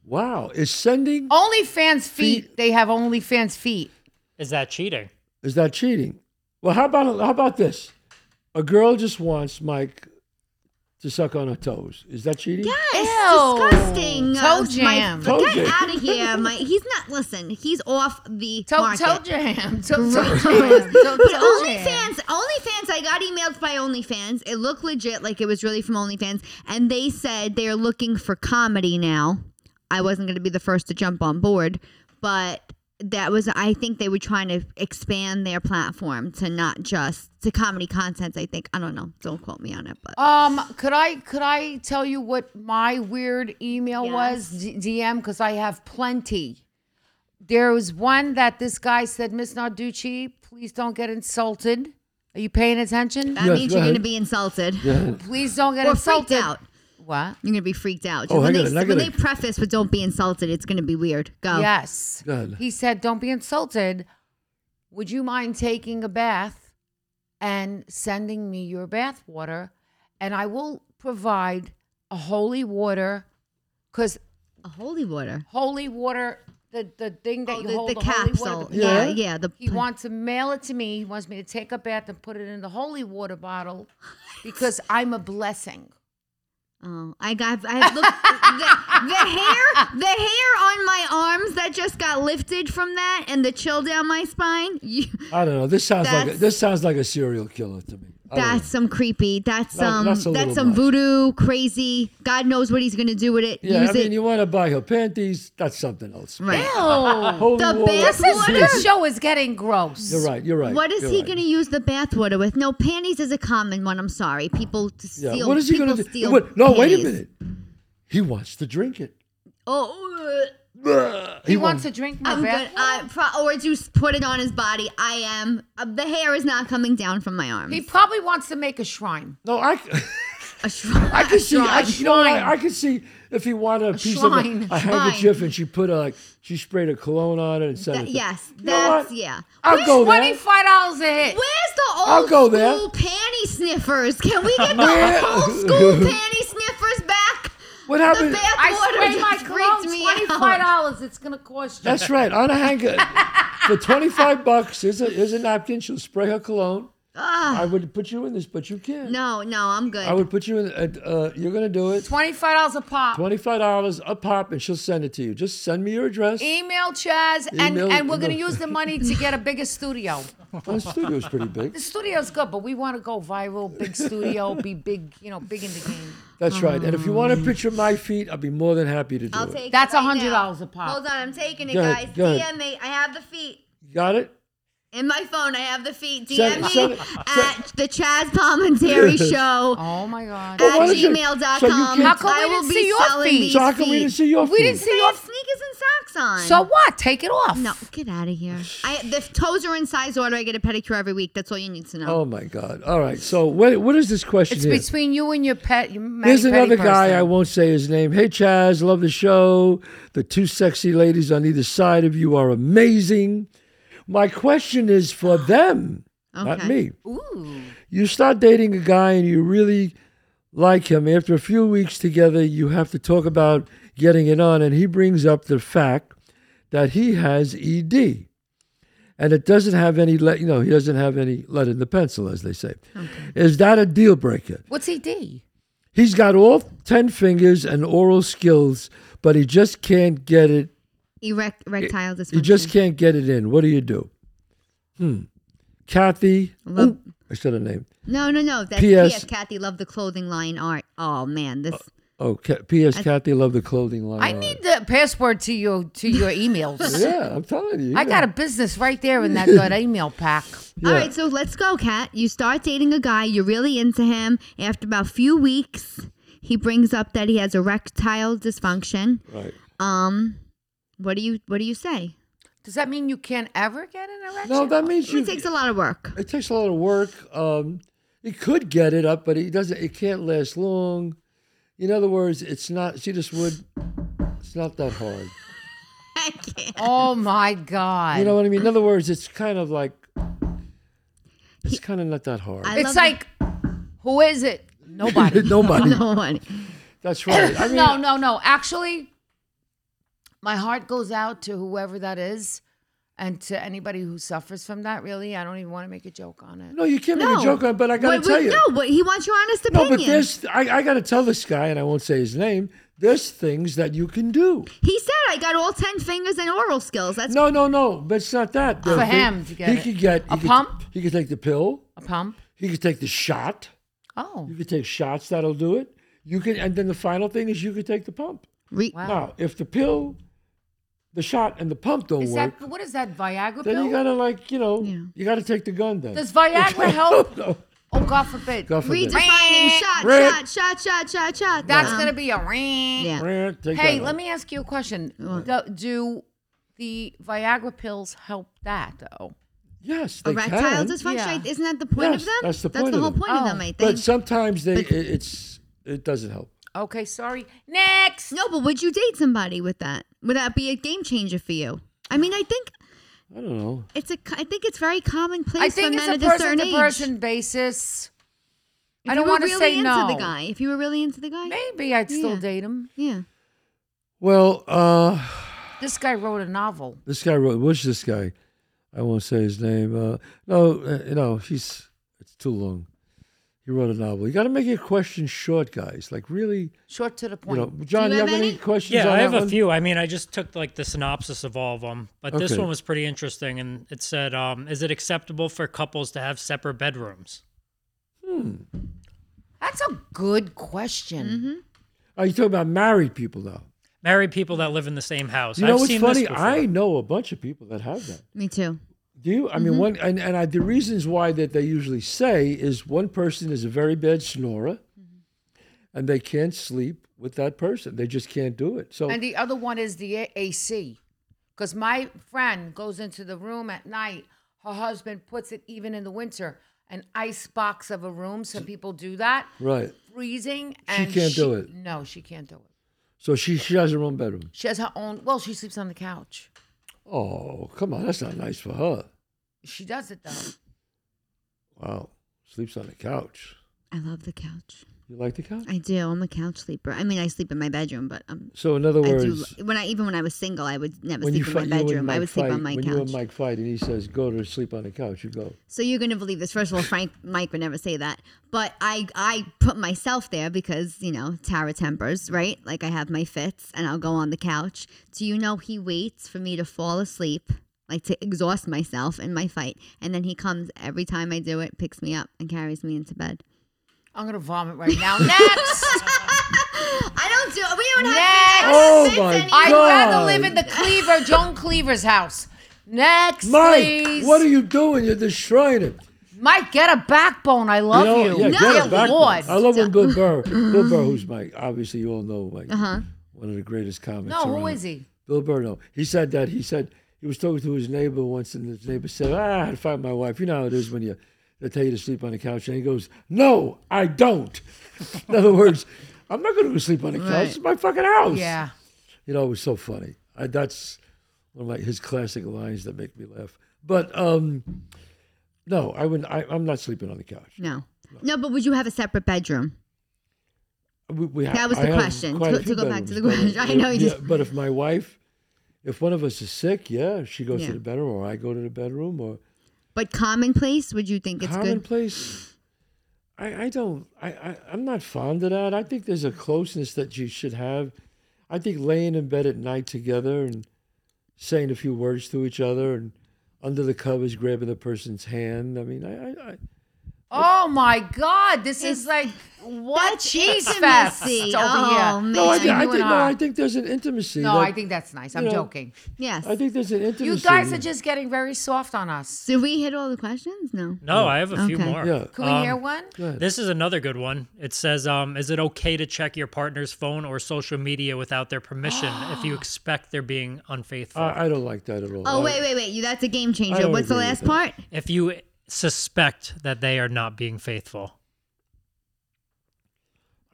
[SPEAKER 1] Wow. Is sending,
[SPEAKER 3] OnlyFans feet.
[SPEAKER 1] Feet.
[SPEAKER 3] They have OnlyFans feet.
[SPEAKER 4] Is that cheating?
[SPEAKER 1] is that cheating? Well, how about how about this? A girl just wants Mike to suck on her toes. Is that cheating? Yeah.
[SPEAKER 2] It's
[SPEAKER 3] Ew.
[SPEAKER 2] disgusting.
[SPEAKER 3] Toe
[SPEAKER 2] Uh, my-
[SPEAKER 3] jam.
[SPEAKER 2] but
[SPEAKER 1] Toe
[SPEAKER 2] get
[SPEAKER 1] jam.
[SPEAKER 2] out of here, Mike. He's not. Listen, he's off the
[SPEAKER 3] Toe,
[SPEAKER 2] market.
[SPEAKER 3] toe jam. Toe, toe
[SPEAKER 2] Gross.
[SPEAKER 3] jam. Toe,
[SPEAKER 2] But
[SPEAKER 3] toe jam.
[SPEAKER 2] OnlyFans, OnlyFans, I got emails by OnlyFans. It looked legit, like it was really from OnlyFans, and they said they're looking for comedy now. I wasn't going to be the first to jump on board, but that was I think they were trying to expand their platform to not just to comedy content. I think I don't know. Don't quote me on it, but
[SPEAKER 3] Um, could I could I tell you what my weird email was D- DM because I have plenty. There was one that this guy said, Miss Narducci, please don't get insulted. Are you paying attention?
[SPEAKER 2] that
[SPEAKER 1] Yes,
[SPEAKER 2] means
[SPEAKER 1] go
[SPEAKER 2] you're going to
[SPEAKER 1] ahead.
[SPEAKER 2] be insulted
[SPEAKER 3] Please don't get
[SPEAKER 2] or freaked
[SPEAKER 3] insulted.
[SPEAKER 2] out.
[SPEAKER 3] What?
[SPEAKER 2] You're going to be freaked out.
[SPEAKER 1] Oh,
[SPEAKER 2] when
[SPEAKER 1] I
[SPEAKER 2] they,
[SPEAKER 1] got it, I
[SPEAKER 2] when
[SPEAKER 1] got
[SPEAKER 2] they
[SPEAKER 1] it.
[SPEAKER 2] preface with "Don't be insulted," it's going to be weird. Go.
[SPEAKER 3] Yes.
[SPEAKER 1] Good.
[SPEAKER 3] He said, Don't be insulted. Would you mind taking a bath and sending me your bath water? And I will provide a holy water because
[SPEAKER 2] A holy water.
[SPEAKER 3] holy water, the, the thing that
[SPEAKER 2] Oh,
[SPEAKER 3] you
[SPEAKER 2] the,
[SPEAKER 3] hold
[SPEAKER 2] the
[SPEAKER 3] the holy
[SPEAKER 2] capsule.
[SPEAKER 3] water.
[SPEAKER 2] Yeah,
[SPEAKER 1] Yeah.
[SPEAKER 2] yeah. The
[SPEAKER 3] He wants to mail it to me. He wants me to take a bath and put it in the holy water bottle because I'm a blessing.
[SPEAKER 2] Oh, I got. I look the, the hair, the hair on my arms that just got lifted from that, and the chill down my spine. You,
[SPEAKER 1] I don't know. This sounds like
[SPEAKER 2] That's-
[SPEAKER 1] a, this sounds like a serial killer to me. I don't know.
[SPEAKER 2] that's some creepy. That's
[SPEAKER 1] That-
[SPEAKER 2] some.
[SPEAKER 1] Oh. that's
[SPEAKER 2] That's,
[SPEAKER 1] a little
[SPEAKER 2] some
[SPEAKER 1] much.
[SPEAKER 2] voodoo crazy. God knows what he's gonna do with it.
[SPEAKER 1] Yeah,
[SPEAKER 2] Use
[SPEAKER 1] I mean,
[SPEAKER 2] it.
[SPEAKER 1] you want to buy her panties? That's something else.
[SPEAKER 2] right.
[SPEAKER 3] Ew.
[SPEAKER 1] Holy
[SPEAKER 2] The
[SPEAKER 1] water. This
[SPEAKER 2] best
[SPEAKER 1] is
[SPEAKER 2] water.
[SPEAKER 1] serious.
[SPEAKER 3] this show is getting gross.
[SPEAKER 1] You're right. You're right.
[SPEAKER 2] What is
[SPEAKER 1] you're
[SPEAKER 2] he
[SPEAKER 1] right.
[SPEAKER 2] gonna use the bathwater with? No, panties is a common one. I'm sorry, people t-
[SPEAKER 1] Yeah.
[SPEAKER 2] steal.
[SPEAKER 1] what is he
[SPEAKER 2] people
[SPEAKER 1] going to do?
[SPEAKER 2] steal
[SPEAKER 1] What- no, wait a
[SPEAKER 2] panties.
[SPEAKER 1] minute. He wants to drink it.
[SPEAKER 2] Oh, ugh.
[SPEAKER 1] Ugh.
[SPEAKER 3] He, wants
[SPEAKER 1] won't-
[SPEAKER 3] to drink my
[SPEAKER 2] I'm
[SPEAKER 3] bath
[SPEAKER 2] good. I, pro- or just put it on his body. I am. Uh, the hair is not coming down from my arms.
[SPEAKER 3] He probably wants to make a shrine.
[SPEAKER 1] No, I.
[SPEAKER 2] A shrine-
[SPEAKER 1] I could see. I,
[SPEAKER 2] shrine.
[SPEAKER 1] you know, what,
[SPEAKER 3] shrine.
[SPEAKER 1] I, I could see if he wanted a, piece
[SPEAKER 3] shrine.
[SPEAKER 1] of a, a handkerchief and she put a, like she sprayed a cologne on it and said,
[SPEAKER 2] That- yes,
[SPEAKER 1] You know
[SPEAKER 2] that's
[SPEAKER 1] what?
[SPEAKER 2] yeah.
[SPEAKER 1] I'll
[SPEAKER 2] Where's,
[SPEAKER 1] go there.
[SPEAKER 3] Twenty-five dollars a hit.
[SPEAKER 2] where's the old
[SPEAKER 1] I'll go there.
[SPEAKER 2] school panty sniffers? Can we get the
[SPEAKER 1] Where-
[SPEAKER 2] old school panty sniffers back?
[SPEAKER 1] What
[SPEAKER 2] The
[SPEAKER 1] happened?
[SPEAKER 2] bath
[SPEAKER 3] I
[SPEAKER 2] water
[SPEAKER 3] spray my
[SPEAKER 2] just freaked me
[SPEAKER 3] cologne. Twenty-five
[SPEAKER 2] out.
[SPEAKER 3] dollars. It's gonna cost you.
[SPEAKER 1] That's right. On a hanger for twenty five bucks. Here's a here's a napkin. She'll spray her cologne.
[SPEAKER 2] Ugh.
[SPEAKER 1] I would put you in this, but you can't.
[SPEAKER 2] Ah, No, no, I'm good.
[SPEAKER 1] I would put you in. Uh, uh, you're gonna do it.
[SPEAKER 3] Twenty-five dollars a pop.
[SPEAKER 1] Twenty-five dollars a pop, and she'll send it to you. Just send me your address.
[SPEAKER 2] Eh.
[SPEAKER 3] Email Chaz, and
[SPEAKER 1] Email-
[SPEAKER 3] and we're gonna
[SPEAKER 1] no.
[SPEAKER 3] use the money to get a bigger studio.
[SPEAKER 1] My studio's pretty big.
[SPEAKER 3] The studio's good, but we want to go viral, big studio, be big, you know, big in the game.
[SPEAKER 1] That's right. And if you want a picture of my feet, I'll be more than happy to do
[SPEAKER 2] Um. I'll
[SPEAKER 1] it.
[SPEAKER 2] take.
[SPEAKER 3] That's
[SPEAKER 2] it right
[SPEAKER 3] $100
[SPEAKER 2] now.
[SPEAKER 3] a pop.
[SPEAKER 2] Hold on, I'm taking it,
[SPEAKER 1] Go
[SPEAKER 2] guys.
[SPEAKER 1] ahead, go ahead.
[SPEAKER 2] DM me. I have the feet.
[SPEAKER 1] Got it?
[SPEAKER 2] In my phone, I have the feet. DM
[SPEAKER 1] Send-
[SPEAKER 2] me
[SPEAKER 1] send-
[SPEAKER 2] at the Chaz Palmentary Show
[SPEAKER 3] Oh my god.
[SPEAKER 1] Well, why
[SPEAKER 2] at
[SPEAKER 1] don't you-
[SPEAKER 2] gmail.com.
[SPEAKER 1] so you can't-
[SPEAKER 3] How come we
[SPEAKER 2] I will
[SPEAKER 3] didn't
[SPEAKER 2] be
[SPEAKER 3] see your
[SPEAKER 2] selling
[SPEAKER 3] feet?
[SPEAKER 2] these
[SPEAKER 1] So how come we
[SPEAKER 2] feet.
[SPEAKER 1] didn't see your
[SPEAKER 3] We
[SPEAKER 1] feet?
[SPEAKER 3] didn't see
[SPEAKER 2] They
[SPEAKER 3] your.
[SPEAKER 2] have sneakers and socks socks on.
[SPEAKER 3] So what? Take it off.
[SPEAKER 2] No, get out of here. I the toes are in size order. I get a pedicure every week. That's all you need to know.
[SPEAKER 1] Oh my God! All right. So what? What is this question?
[SPEAKER 3] It's
[SPEAKER 1] here?
[SPEAKER 3] between you and your pet. Your mani-
[SPEAKER 1] Here's another
[SPEAKER 3] pedi
[SPEAKER 1] guy.
[SPEAKER 3] person.
[SPEAKER 1] I won't say his name. Hey Chaz, love the show. The two sexy ladies on either side of you are amazing. My question is for them, Oh, not
[SPEAKER 2] Okay.
[SPEAKER 1] me.
[SPEAKER 3] Ooh.
[SPEAKER 1] You start dating a guy and you really like him. After a few weeks together, you have to talk about getting it on, and he brings up the fact that he has ED, and it doesn't have any lead. You know, he doesn't have any lead in the pencil, as they say. Is that a deal breaker?
[SPEAKER 3] What's ED?
[SPEAKER 1] He's got all 10 fingers and oral skills, but he just can't get it.
[SPEAKER 2] Erect, erectile dysfunction.
[SPEAKER 1] He just can't get it in. What do you do? Hmm. Kathy.
[SPEAKER 2] Love-
[SPEAKER 1] Ooh, I said her name.
[SPEAKER 2] No, no, no. That's
[SPEAKER 1] P.S.
[SPEAKER 2] P.S. Kathy loved the clothing line art. Oh man, this.
[SPEAKER 1] Oh, Ka- P.S. Kathy love the clothing line.
[SPEAKER 3] I need the password to your to your emails.
[SPEAKER 1] Yeah, I'm telling you.
[SPEAKER 3] I got a business right there in that good email pack.
[SPEAKER 1] Yeah.
[SPEAKER 2] All right, so let's go, Kat. You start dating a guy. You're really into him. After about a few weeks, he brings up that he has erectile dysfunction.
[SPEAKER 1] Right.
[SPEAKER 2] Um, what do you what do you say?
[SPEAKER 3] Does that mean you can't ever get an erection?
[SPEAKER 1] No, that means you.
[SPEAKER 2] It takes a lot of work.
[SPEAKER 1] it takes a lot of work. Um, he could get it up, but he doesn't. It can't last long. In other words, it's not. See this wood. It's not that hard.
[SPEAKER 2] I can't.
[SPEAKER 3] Oh my god!
[SPEAKER 1] You know what I mean? In other words, it's kind of like. It's kind of not that hard.
[SPEAKER 2] I
[SPEAKER 3] it's
[SPEAKER 2] love
[SPEAKER 3] like, who is it? Nobody.
[SPEAKER 1] Nobody.
[SPEAKER 2] No one.
[SPEAKER 1] That's right. I mean,
[SPEAKER 3] no, no, no. Actually, my heart goes out to whoever that is, and to anybody who suffers from that. Really, I don't even want to make a joke on it.
[SPEAKER 1] no, you can't make a joke on. it, But I gotta
[SPEAKER 2] Wait, wait,
[SPEAKER 1] tell you,
[SPEAKER 2] No, but he wants your honest
[SPEAKER 1] no,
[SPEAKER 2] opinion.
[SPEAKER 1] but there's. I, I gotta tell this guy, and I won't say his name. There's things that you can do.
[SPEAKER 2] He said I got all ten fingers and oral skills. That's
[SPEAKER 1] No, no, no. But it's not that. There are
[SPEAKER 3] For
[SPEAKER 1] thi-
[SPEAKER 3] him to get
[SPEAKER 1] he
[SPEAKER 3] it.
[SPEAKER 1] could get
[SPEAKER 3] A
[SPEAKER 1] he could-
[SPEAKER 3] pump?
[SPEAKER 1] He could take the pill.
[SPEAKER 3] A pump.
[SPEAKER 1] He could take the shot.
[SPEAKER 3] Oh,
[SPEAKER 1] You could take shots that'll do it. You can, and then the final thing is you could take the pump.
[SPEAKER 2] re-
[SPEAKER 3] wow.
[SPEAKER 1] Now, if the pill, the shot, and the pump don't
[SPEAKER 3] Is
[SPEAKER 1] work,
[SPEAKER 3] that what is that Viagra
[SPEAKER 1] then
[SPEAKER 3] pill?
[SPEAKER 1] you gotta like you know
[SPEAKER 2] Yeah.
[SPEAKER 1] you gotta take the gun then.
[SPEAKER 3] Does Viagra help?
[SPEAKER 1] no,
[SPEAKER 3] Oh, God forbid.
[SPEAKER 1] God forbid.
[SPEAKER 2] redefining shot,
[SPEAKER 1] Red.
[SPEAKER 2] shot, shot, shot, shot, shot.
[SPEAKER 3] That's
[SPEAKER 2] Um,
[SPEAKER 3] gonna be a ring.
[SPEAKER 2] yeah.
[SPEAKER 1] Rant, take
[SPEAKER 3] Hey,
[SPEAKER 1] that
[SPEAKER 3] let
[SPEAKER 1] out.
[SPEAKER 3] me ask you a question. Do, do the Viagra pills help that though?
[SPEAKER 1] Yes, they
[SPEAKER 2] erectile
[SPEAKER 1] can.
[SPEAKER 2] dysfunction.
[SPEAKER 3] Yeah.
[SPEAKER 2] right? Isn't that the point
[SPEAKER 1] Yes,
[SPEAKER 2] of them?
[SPEAKER 1] that's the point of
[SPEAKER 2] whole
[SPEAKER 1] them.
[SPEAKER 2] point of them,
[SPEAKER 3] Oh.
[SPEAKER 2] I think.
[SPEAKER 1] but sometimes they it, it's it doesn't help.
[SPEAKER 3] Okay, sorry. Next.
[SPEAKER 2] no, but would you date somebody with that? Would that be a game changer for you? I mean, I think
[SPEAKER 1] I don't know.
[SPEAKER 2] it's a. co- I think it's very commonplace
[SPEAKER 3] I think
[SPEAKER 2] for
[SPEAKER 3] it's
[SPEAKER 2] men
[SPEAKER 3] a
[SPEAKER 2] at a certain
[SPEAKER 3] person
[SPEAKER 2] age.
[SPEAKER 3] to person basis.
[SPEAKER 2] If
[SPEAKER 3] I
[SPEAKER 2] you
[SPEAKER 3] don't
[SPEAKER 2] were
[SPEAKER 3] want to
[SPEAKER 2] really
[SPEAKER 3] say
[SPEAKER 2] into
[SPEAKER 3] no.
[SPEAKER 2] the guy. If you were really into the guy,
[SPEAKER 3] Maybe I'd still
[SPEAKER 2] Yeah.
[SPEAKER 3] date him.
[SPEAKER 2] yeah.
[SPEAKER 1] Well, uh,
[SPEAKER 3] This guy wrote a novel.
[SPEAKER 1] this guy wrote. What's this guy? I won't say his name. Uh, no, uh, no, he's it's too long. He wrote a novel. You got to make your questions short, guys. Like really,
[SPEAKER 3] Short to the
[SPEAKER 1] you
[SPEAKER 3] point.
[SPEAKER 1] know, John.
[SPEAKER 2] Do
[SPEAKER 1] You
[SPEAKER 2] you
[SPEAKER 1] have,
[SPEAKER 2] have
[SPEAKER 1] any
[SPEAKER 2] any?
[SPEAKER 1] questions?
[SPEAKER 4] Yeah,
[SPEAKER 1] on
[SPEAKER 4] I have
[SPEAKER 1] that
[SPEAKER 4] a
[SPEAKER 1] one?
[SPEAKER 4] few. I mean, I just took like the synopsis of all of them, but this
[SPEAKER 1] Okay.
[SPEAKER 4] one was pretty interesting. And it said, um, "Is it acceptable for couples to have separate bedrooms?"
[SPEAKER 3] That's a good question.
[SPEAKER 1] Mm-hmm. Are you talking about married people now?
[SPEAKER 4] Married people that live in the same house.
[SPEAKER 1] You know
[SPEAKER 4] I've
[SPEAKER 1] what's
[SPEAKER 4] seen
[SPEAKER 1] funny?
[SPEAKER 4] This before.
[SPEAKER 1] I know a bunch of people that have that.
[SPEAKER 2] Me too.
[SPEAKER 1] Do you? I
[SPEAKER 2] Mm-hmm.
[SPEAKER 1] mean, one and, and I, the reasons why that they usually say is one person is a very bad snorer,
[SPEAKER 2] Mm-hmm.
[SPEAKER 1] and they can't sleep with that person. They just can't do it. So
[SPEAKER 3] And the other one is the A- AC. Because my friend goes into the room at night. Her husband puts it even in the winter, an ice box of a room. Some people do that.
[SPEAKER 1] right,
[SPEAKER 3] Freezing. And
[SPEAKER 1] can't do it.
[SPEAKER 3] No, she can't do it.
[SPEAKER 1] so she she has her own bedroom.
[SPEAKER 3] She has her own. Well, she sleeps on the couch.
[SPEAKER 1] Oh, come on, that's not nice for her.
[SPEAKER 3] She does it though.
[SPEAKER 1] Wow, sleeps on the couch.
[SPEAKER 2] I love the couch.
[SPEAKER 1] You like the couch?
[SPEAKER 2] I do. I'm a couch sleeper. I mean, I sleep in my bedroom, but um,
[SPEAKER 1] So in other
[SPEAKER 2] I do.
[SPEAKER 1] words,
[SPEAKER 2] When I even when I was single, I would never
[SPEAKER 1] when you
[SPEAKER 2] sleep
[SPEAKER 1] fight,
[SPEAKER 2] in my
[SPEAKER 1] you and
[SPEAKER 2] bedroom. I
[SPEAKER 1] Mike
[SPEAKER 2] would sleep
[SPEAKER 1] fight-
[SPEAKER 2] on my
[SPEAKER 1] when you and
[SPEAKER 2] couch.
[SPEAKER 1] Mike fight, and he says, "Go to sleep on the couch," you go.
[SPEAKER 2] So you're gonna believe this. First of all, Frank Mike would never say that, but I I put myself there because you know Tara tempers, right? Like I have my fits, and I'll go on the couch. Do you know he waits for me to fall asleep, like to exhaust myself in my fight, and then he comes every time I do it, picks me up, and carries me into bed.
[SPEAKER 3] I'm gonna vomit right now. Next.
[SPEAKER 2] I don't do. We don't
[SPEAKER 3] Next.
[SPEAKER 2] have. fits
[SPEAKER 1] Oh, my
[SPEAKER 2] anymore.
[SPEAKER 1] God.
[SPEAKER 3] I'd rather live in the Cleaver, Joan Cleaver's house. Next,
[SPEAKER 1] Mike,
[SPEAKER 3] please.
[SPEAKER 1] what are you doing? You're destroying it.
[SPEAKER 3] Mike, get a backbone. I love you.
[SPEAKER 1] Yeah,
[SPEAKER 2] No.
[SPEAKER 1] get
[SPEAKER 2] Dear
[SPEAKER 1] it back.
[SPEAKER 3] Lord.
[SPEAKER 1] I love when Bill Burr, Bill Burr, who's Mike, obviously you all know Mike, one of the greatest comics.
[SPEAKER 3] Uh-huh. no, who
[SPEAKER 1] around.
[SPEAKER 3] is he?
[SPEAKER 1] Bill Burno. He said that. He said he was talking to his neighbor once, and his neighbor said, "Ah, I had to fight my wife." You know how it is when you they tell you to sleep on the couch, and he goes, "No, I don't." In other words, I'm not going to go sleep on the couch. It's my fucking house.
[SPEAKER 3] Yeah.
[SPEAKER 1] You know, it was so funny. I, that's one of my, his classic lines that make me laugh. But um, no, I wouldn't. I, I'm not sleeping on the couch.
[SPEAKER 2] No. No, but would you have a separate bedroom?
[SPEAKER 1] We, we ha-
[SPEAKER 2] That was the
[SPEAKER 1] I have
[SPEAKER 2] question,
[SPEAKER 1] quite a
[SPEAKER 2] to-
[SPEAKER 1] few
[SPEAKER 2] to go back to the
[SPEAKER 1] bedrooms, but,
[SPEAKER 2] question. I know you
[SPEAKER 1] yeah,
[SPEAKER 2] just-
[SPEAKER 1] But if my wife, if one of us is sick, yeah, she goes
[SPEAKER 2] Yeah.
[SPEAKER 1] to the bedroom, or I go to the bedroom, or
[SPEAKER 2] But commonplace, would you think it's good?
[SPEAKER 1] commonplace. I, I don't. I, I I'm not fond of that. I think there's a closeness that you should have. I think laying in bed at night together and saying a few words to each other and under the covers grabbing the person's hand. I mean, I, I, I
[SPEAKER 3] Oh my God! This is like what
[SPEAKER 2] That's
[SPEAKER 3] cheese
[SPEAKER 2] intimacy.
[SPEAKER 3] fest over
[SPEAKER 2] Oh,
[SPEAKER 3] here.
[SPEAKER 2] man.
[SPEAKER 1] no, I,
[SPEAKER 3] Between
[SPEAKER 1] I
[SPEAKER 3] you
[SPEAKER 1] think
[SPEAKER 3] and
[SPEAKER 1] no,
[SPEAKER 3] I.
[SPEAKER 1] I think there's an intimacy.
[SPEAKER 3] No,
[SPEAKER 1] that-
[SPEAKER 3] I think that's nice. I'm
[SPEAKER 1] you know,
[SPEAKER 3] joking.
[SPEAKER 2] Yes.
[SPEAKER 1] I think there's an intimacy.
[SPEAKER 3] You guys are just getting very soft on us.
[SPEAKER 2] Did we hit all the questions? No.
[SPEAKER 4] No, I have a few
[SPEAKER 2] Okay.
[SPEAKER 4] more.
[SPEAKER 1] yeah.
[SPEAKER 3] Can we hear one?
[SPEAKER 4] This is another good one. It says, um, "Is it okay to check your partner's phone or social media without their permission if you expect they're being unfaithful?
[SPEAKER 1] Uh, I, I don't like that at all.
[SPEAKER 2] Oh
[SPEAKER 1] I-
[SPEAKER 2] wait, wait, wait! You, that's a game
[SPEAKER 1] I
[SPEAKER 2] changer.
[SPEAKER 1] don't
[SPEAKER 2] What's the
[SPEAKER 1] agree with
[SPEAKER 2] last
[SPEAKER 1] that.
[SPEAKER 2] part?
[SPEAKER 4] if you suspect that they are not being faithful,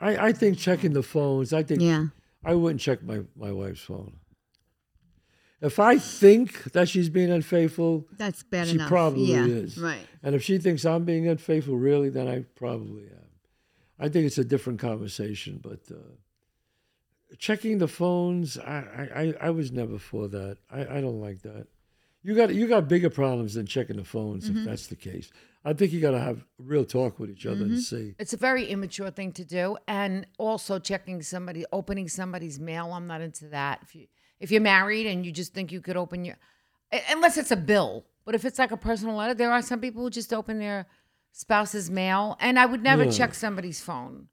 [SPEAKER 1] I, I think checking the phones. I think
[SPEAKER 2] Yeah.
[SPEAKER 1] I wouldn't check my, my wife's phone. If I think that she's being unfaithful,
[SPEAKER 2] That's bad
[SPEAKER 1] she
[SPEAKER 2] enough.
[SPEAKER 1] probably
[SPEAKER 2] yeah.
[SPEAKER 1] is.
[SPEAKER 2] Right.
[SPEAKER 1] And if she thinks I'm being unfaithful, really, then I probably am. I think it's a different conversation, but uh, checking the phones, I, I, I- I was never for that. I, I don't like that. You got you got bigger problems than checking the phones
[SPEAKER 2] Mm-hmm.
[SPEAKER 1] if that's the case. I think you got to have real talk with each other
[SPEAKER 2] Mm-hmm.
[SPEAKER 1] and see.
[SPEAKER 3] It's a very immature thing to do, and also checking somebody, opening somebody's mail. I'm not into that. If you if you're married and you just think you could open your, u- unless it's a bill, but if it's like a personal letter, there are some people who just open their spouse's mail, and I would never
[SPEAKER 1] Yeah.
[SPEAKER 3] check somebody's phone,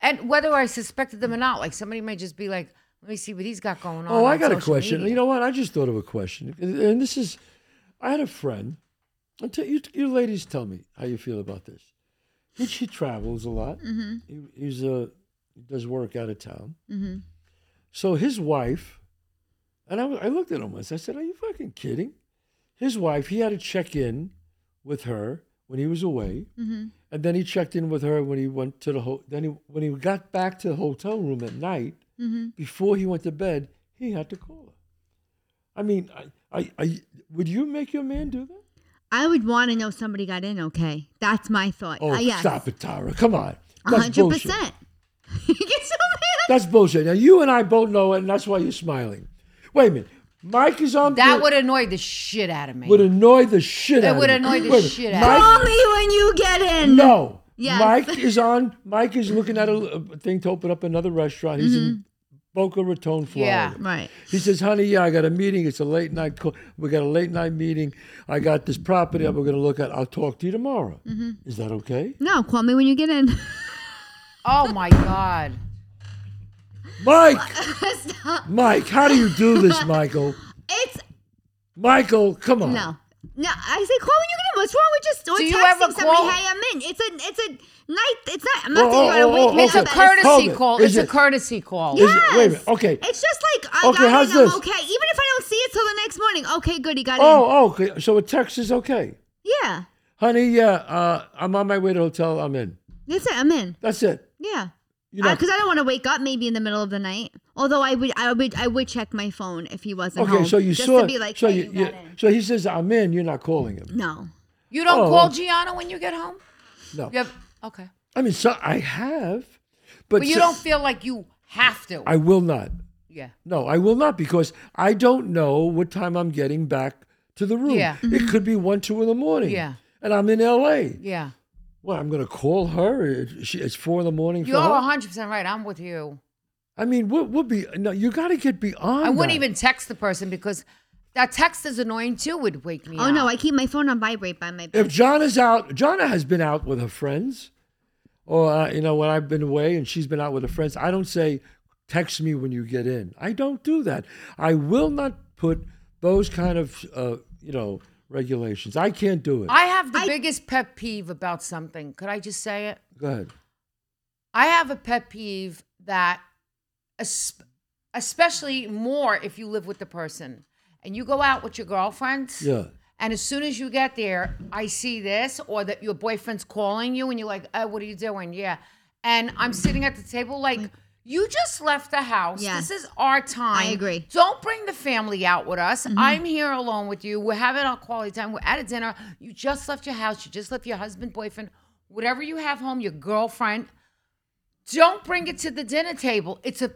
[SPEAKER 3] and whether I suspected them or not. Like somebody might just be like, "Let me see what he's got going on."
[SPEAKER 1] Oh, I
[SPEAKER 3] on
[SPEAKER 1] got a
[SPEAKER 3] social
[SPEAKER 1] question.
[SPEAKER 3] media."
[SPEAKER 1] You know what? I just thought of a question, and and this is, I had a friend. I tell you, you ladies, tell me how you feel about this. He, he travels a lot.
[SPEAKER 3] Mm-hmm.
[SPEAKER 1] He, he's a he does work out of town. So his wife, and I, w- I looked at him once. I said, "Are you fucking kidding?" His wife. He had to check in with her when he was away,
[SPEAKER 3] Mm-hmm.
[SPEAKER 1] and then he checked in with her when he went to the ho- then he, when he got back to the hotel room at night before he went to bed, he had to call her. I mean, I, I, I, would you make your man do that?
[SPEAKER 2] I would want to know somebody got in okay. That's my thought.
[SPEAKER 1] Oh,
[SPEAKER 2] Uh, yes.
[SPEAKER 1] stop it, Tara. Come on.
[SPEAKER 2] A
[SPEAKER 1] That's
[SPEAKER 2] hundred
[SPEAKER 1] bullshit.
[SPEAKER 2] percent. You get so mad.
[SPEAKER 1] That's bullshit. Now, you and I both know it, and that's why you're smiling. Wait a minute. Mike is on
[SPEAKER 3] that
[SPEAKER 1] the-
[SPEAKER 3] would annoy the shit out of me.
[SPEAKER 1] would annoy the shit
[SPEAKER 3] That
[SPEAKER 1] out of
[SPEAKER 3] would
[SPEAKER 1] me.
[SPEAKER 3] annoy the
[SPEAKER 1] Wait a minute.
[SPEAKER 3] shit out of
[SPEAKER 1] Mike-
[SPEAKER 2] Call me when you get in.
[SPEAKER 1] No.
[SPEAKER 2] Yes.
[SPEAKER 1] Mike is on. Mike is looking at a, a thing to open up another restaurant. He's in Boca Raton, Florida.
[SPEAKER 3] Mm-hmm. Yeah.
[SPEAKER 2] Right.
[SPEAKER 1] He says, "Honey, yeah, I got a meeting. It's a late night. Co- we got a late night meeting. I got this property that we're going to look at. I'll talk to you tomorrow.
[SPEAKER 2] Mm-hmm.
[SPEAKER 1] Is that okay,
[SPEAKER 2] No, call me when you get in.
[SPEAKER 3] oh my god.
[SPEAKER 1] Mike?
[SPEAKER 2] Stop.
[SPEAKER 1] Mike, how do you do this, Michael?
[SPEAKER 2] It's
[SPEAKER 1] Michael, come on.
[SPEAKER 2] no. No, I say call when you get in. What's wrong with just or
[SPEAKER 3] Do you
[SPEAKER 2] texting
[SPEAKER 3] ever
[SPEAKER 2] somebody,
[SPEAKER 3] call-
[SPEAKER 2] hey, I'm in. It's a it's a night it's not I'm
[SPEAKER 1] Oh,
[SPEAKER 2] not saying you
[SPEAKER 1] oh,
[SPEAKER 2] gotta
[SPEAKER 1] oh,
[SPEAKER 2] wake me
[SPEAKER 1] oh,
[SPEAKER 3] It's a
[SPEAKER 2] up.
[SPEAKER 1] okay.
[SPEAKER 2] at
[SPEAKER 1] Hold
[SPEAKER 3] courtesy
[SPEAKER 1] it.
[SPEAKER 3] call.
[SPEAKER 1] Is
[SPEAKER 3] It's a
[SPEAKER 1] it-
[SPEAKER 3] courtesy call.
[SPEAKER 1] Is it, wait a
[SPEAKER 2] Yes.
[SPEAKER 1] minute. Okay.
[SPEAKER 2] It's just like I
[SPEAKER 1] Okay,
[SPEAKER 2] got
[SPEAKER 1] how's
[SPEAKER 2] in, I'm
[SPEAKER 1] this?
[SPEAKER 2] okay. Even if I don't see it till the next morning, okay, good, he got in.
[SPEAKER 1] Oh, okay. So a text is okay,
[SPEAKER 2] Yeah,
[SPEAKER 1] honey. Yeah, uh, I'm on my way to the hotel. I'm in.
[SPEAKER 2] that's it. I'm in.
[SPEAKER 1] That's it.
[SPEAKER 2] Yeah,
[SPEAKER 1] You know.
[SPEAKER 2] because I don't want to wake up maybe in the middle of the night. Although I would, I would, I would check my phone if he wasn't
[SPEAKER 1] okay.
[SPEAKER 2] home.
[SPEAKER 1] So you
[SPEAKER 2] just
[SPEAKER 1] saw.
[SPEAKER 2] to be like,
[SPEAKER 1] so
[SPEAKER 2] hey,
[SPEAKER 1] you,
[SPEAKER 2] you
[SPEAKER 1] you-
[SPEAKER 2] got in.
[SPEAKER 1] so he says, "I'm in." You're not calling him.
[SPEAKER 2] No,
[SPEAKER 3] You don't
[SPEAKER 1] Oh.
[SPEAKER 3] call Gianna when you get home?
[SPEAKER 1] No.
[SPEAKER 3] You have okay.
[SPEAKER 1] I mean, so I have, but,
[SPEAKER 3] But you
[SPEAKER 1] so-
[SPEAKER 3] don't feel like you have to.
[SPEAKER 1] I will not.
[SPEAKER 3] yeah.
[SPEAKER 1] No, I will not because I don't know what time I'm getting back to the room.
[SPEAKER 3] Yeah.
[SPEAKER 1] It could be one, two in the morning.
[SPEAKER 3] Yeah.
[SPEAKER 1] And I'm in LA.
[SPEAKER 3] Yeah.
[SPEAKER 1] Well, I'm going to call her. It- she- It's four in the morning.
[SPEAKER 3] You're
[SPEAKER 1] for her.
[SPEAKER 3] 100% right. I'm with you.
[SPEAKER 1] I mean, we'll, we'll be, no, you got to get beyond.
[SPEAKER 3] I wouldn't
[SPEAKER 1] that.
[SPEAKER 3] even text the person because that text is annoying too, would wake me up.
[SPEAKER 2] oh no, I keep my phone on vibrate by my bed.
[SPEAKER 1] If John is out, Jonna has been out with her friends, or, uh, you know, when I've been away and she's been out with her friends, I don't say, text me when you get in. I don't do that. I will not put those kind of, uh, you know, regulations. I can't do it.
[SPEAKER 3] I have the
[SPEAKER 2] I-
[SPEAKER 3] biggest pet peeve about something. Could I just say it?
[SPEAKER 1] Go ahead.
[SPEAKER 3] I have a pet peeve that, es- especially more if you live with the person and you go out with your girlfriends.
[SPEAKER 1] Yeah.
[SPEAKER 3] And as soon as you get there, I see this, or that your boyfriend's calling you, and you're like, "Oh, what are you doing?" Yeah. And I'm sitting at the table like, "You just left the house.
[SPEAKER 2] Yes.
[SPEAKER 3] This is our time.
[SPEAKER 2] I agree. Mm-hmm.
[SPEAKER 3] Don't bring the family out with us. I'm here alone with you. We're having our quality time. We're at a dinner. You just left your house. You just left your husband, boyfriend, whatever you have home, your girlfriend. Don't bring it to the dinner table. It's a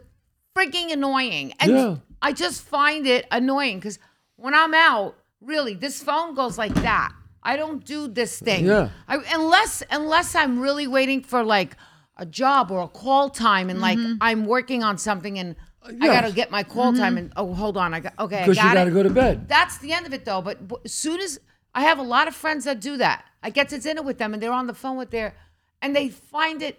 [SPEAKER 3] freaking annoying. And
[SPEAKER 1] Yeah.
[SPEAKER 3] I just find it annoying because when I'm out, really, this phone goes like that. I don't do this thing.
[SPEAKER 1] Yeah.
[SPEAKER 3] I, unless unless I'm really waiting for like a job or a call time and like I'm working on something and I
[SPEAKER 1] yes.
[SPEAKER 3] gotta get my call time and oh hold on I got okay
[SPEAKER 1] Because
[SPEAKER 3] I
[SPEAKER 1] you
[SPEAKER 3] got
[SPEAKER 1] got to
[SPEAKER 3] it.
[SPEAKER 1] go to bed.
[SPEAKER 3] That's the end of it though. But w- as soon as I have a lot of friends that do that, I get to dinner with them and they're on the phone with their and they find it.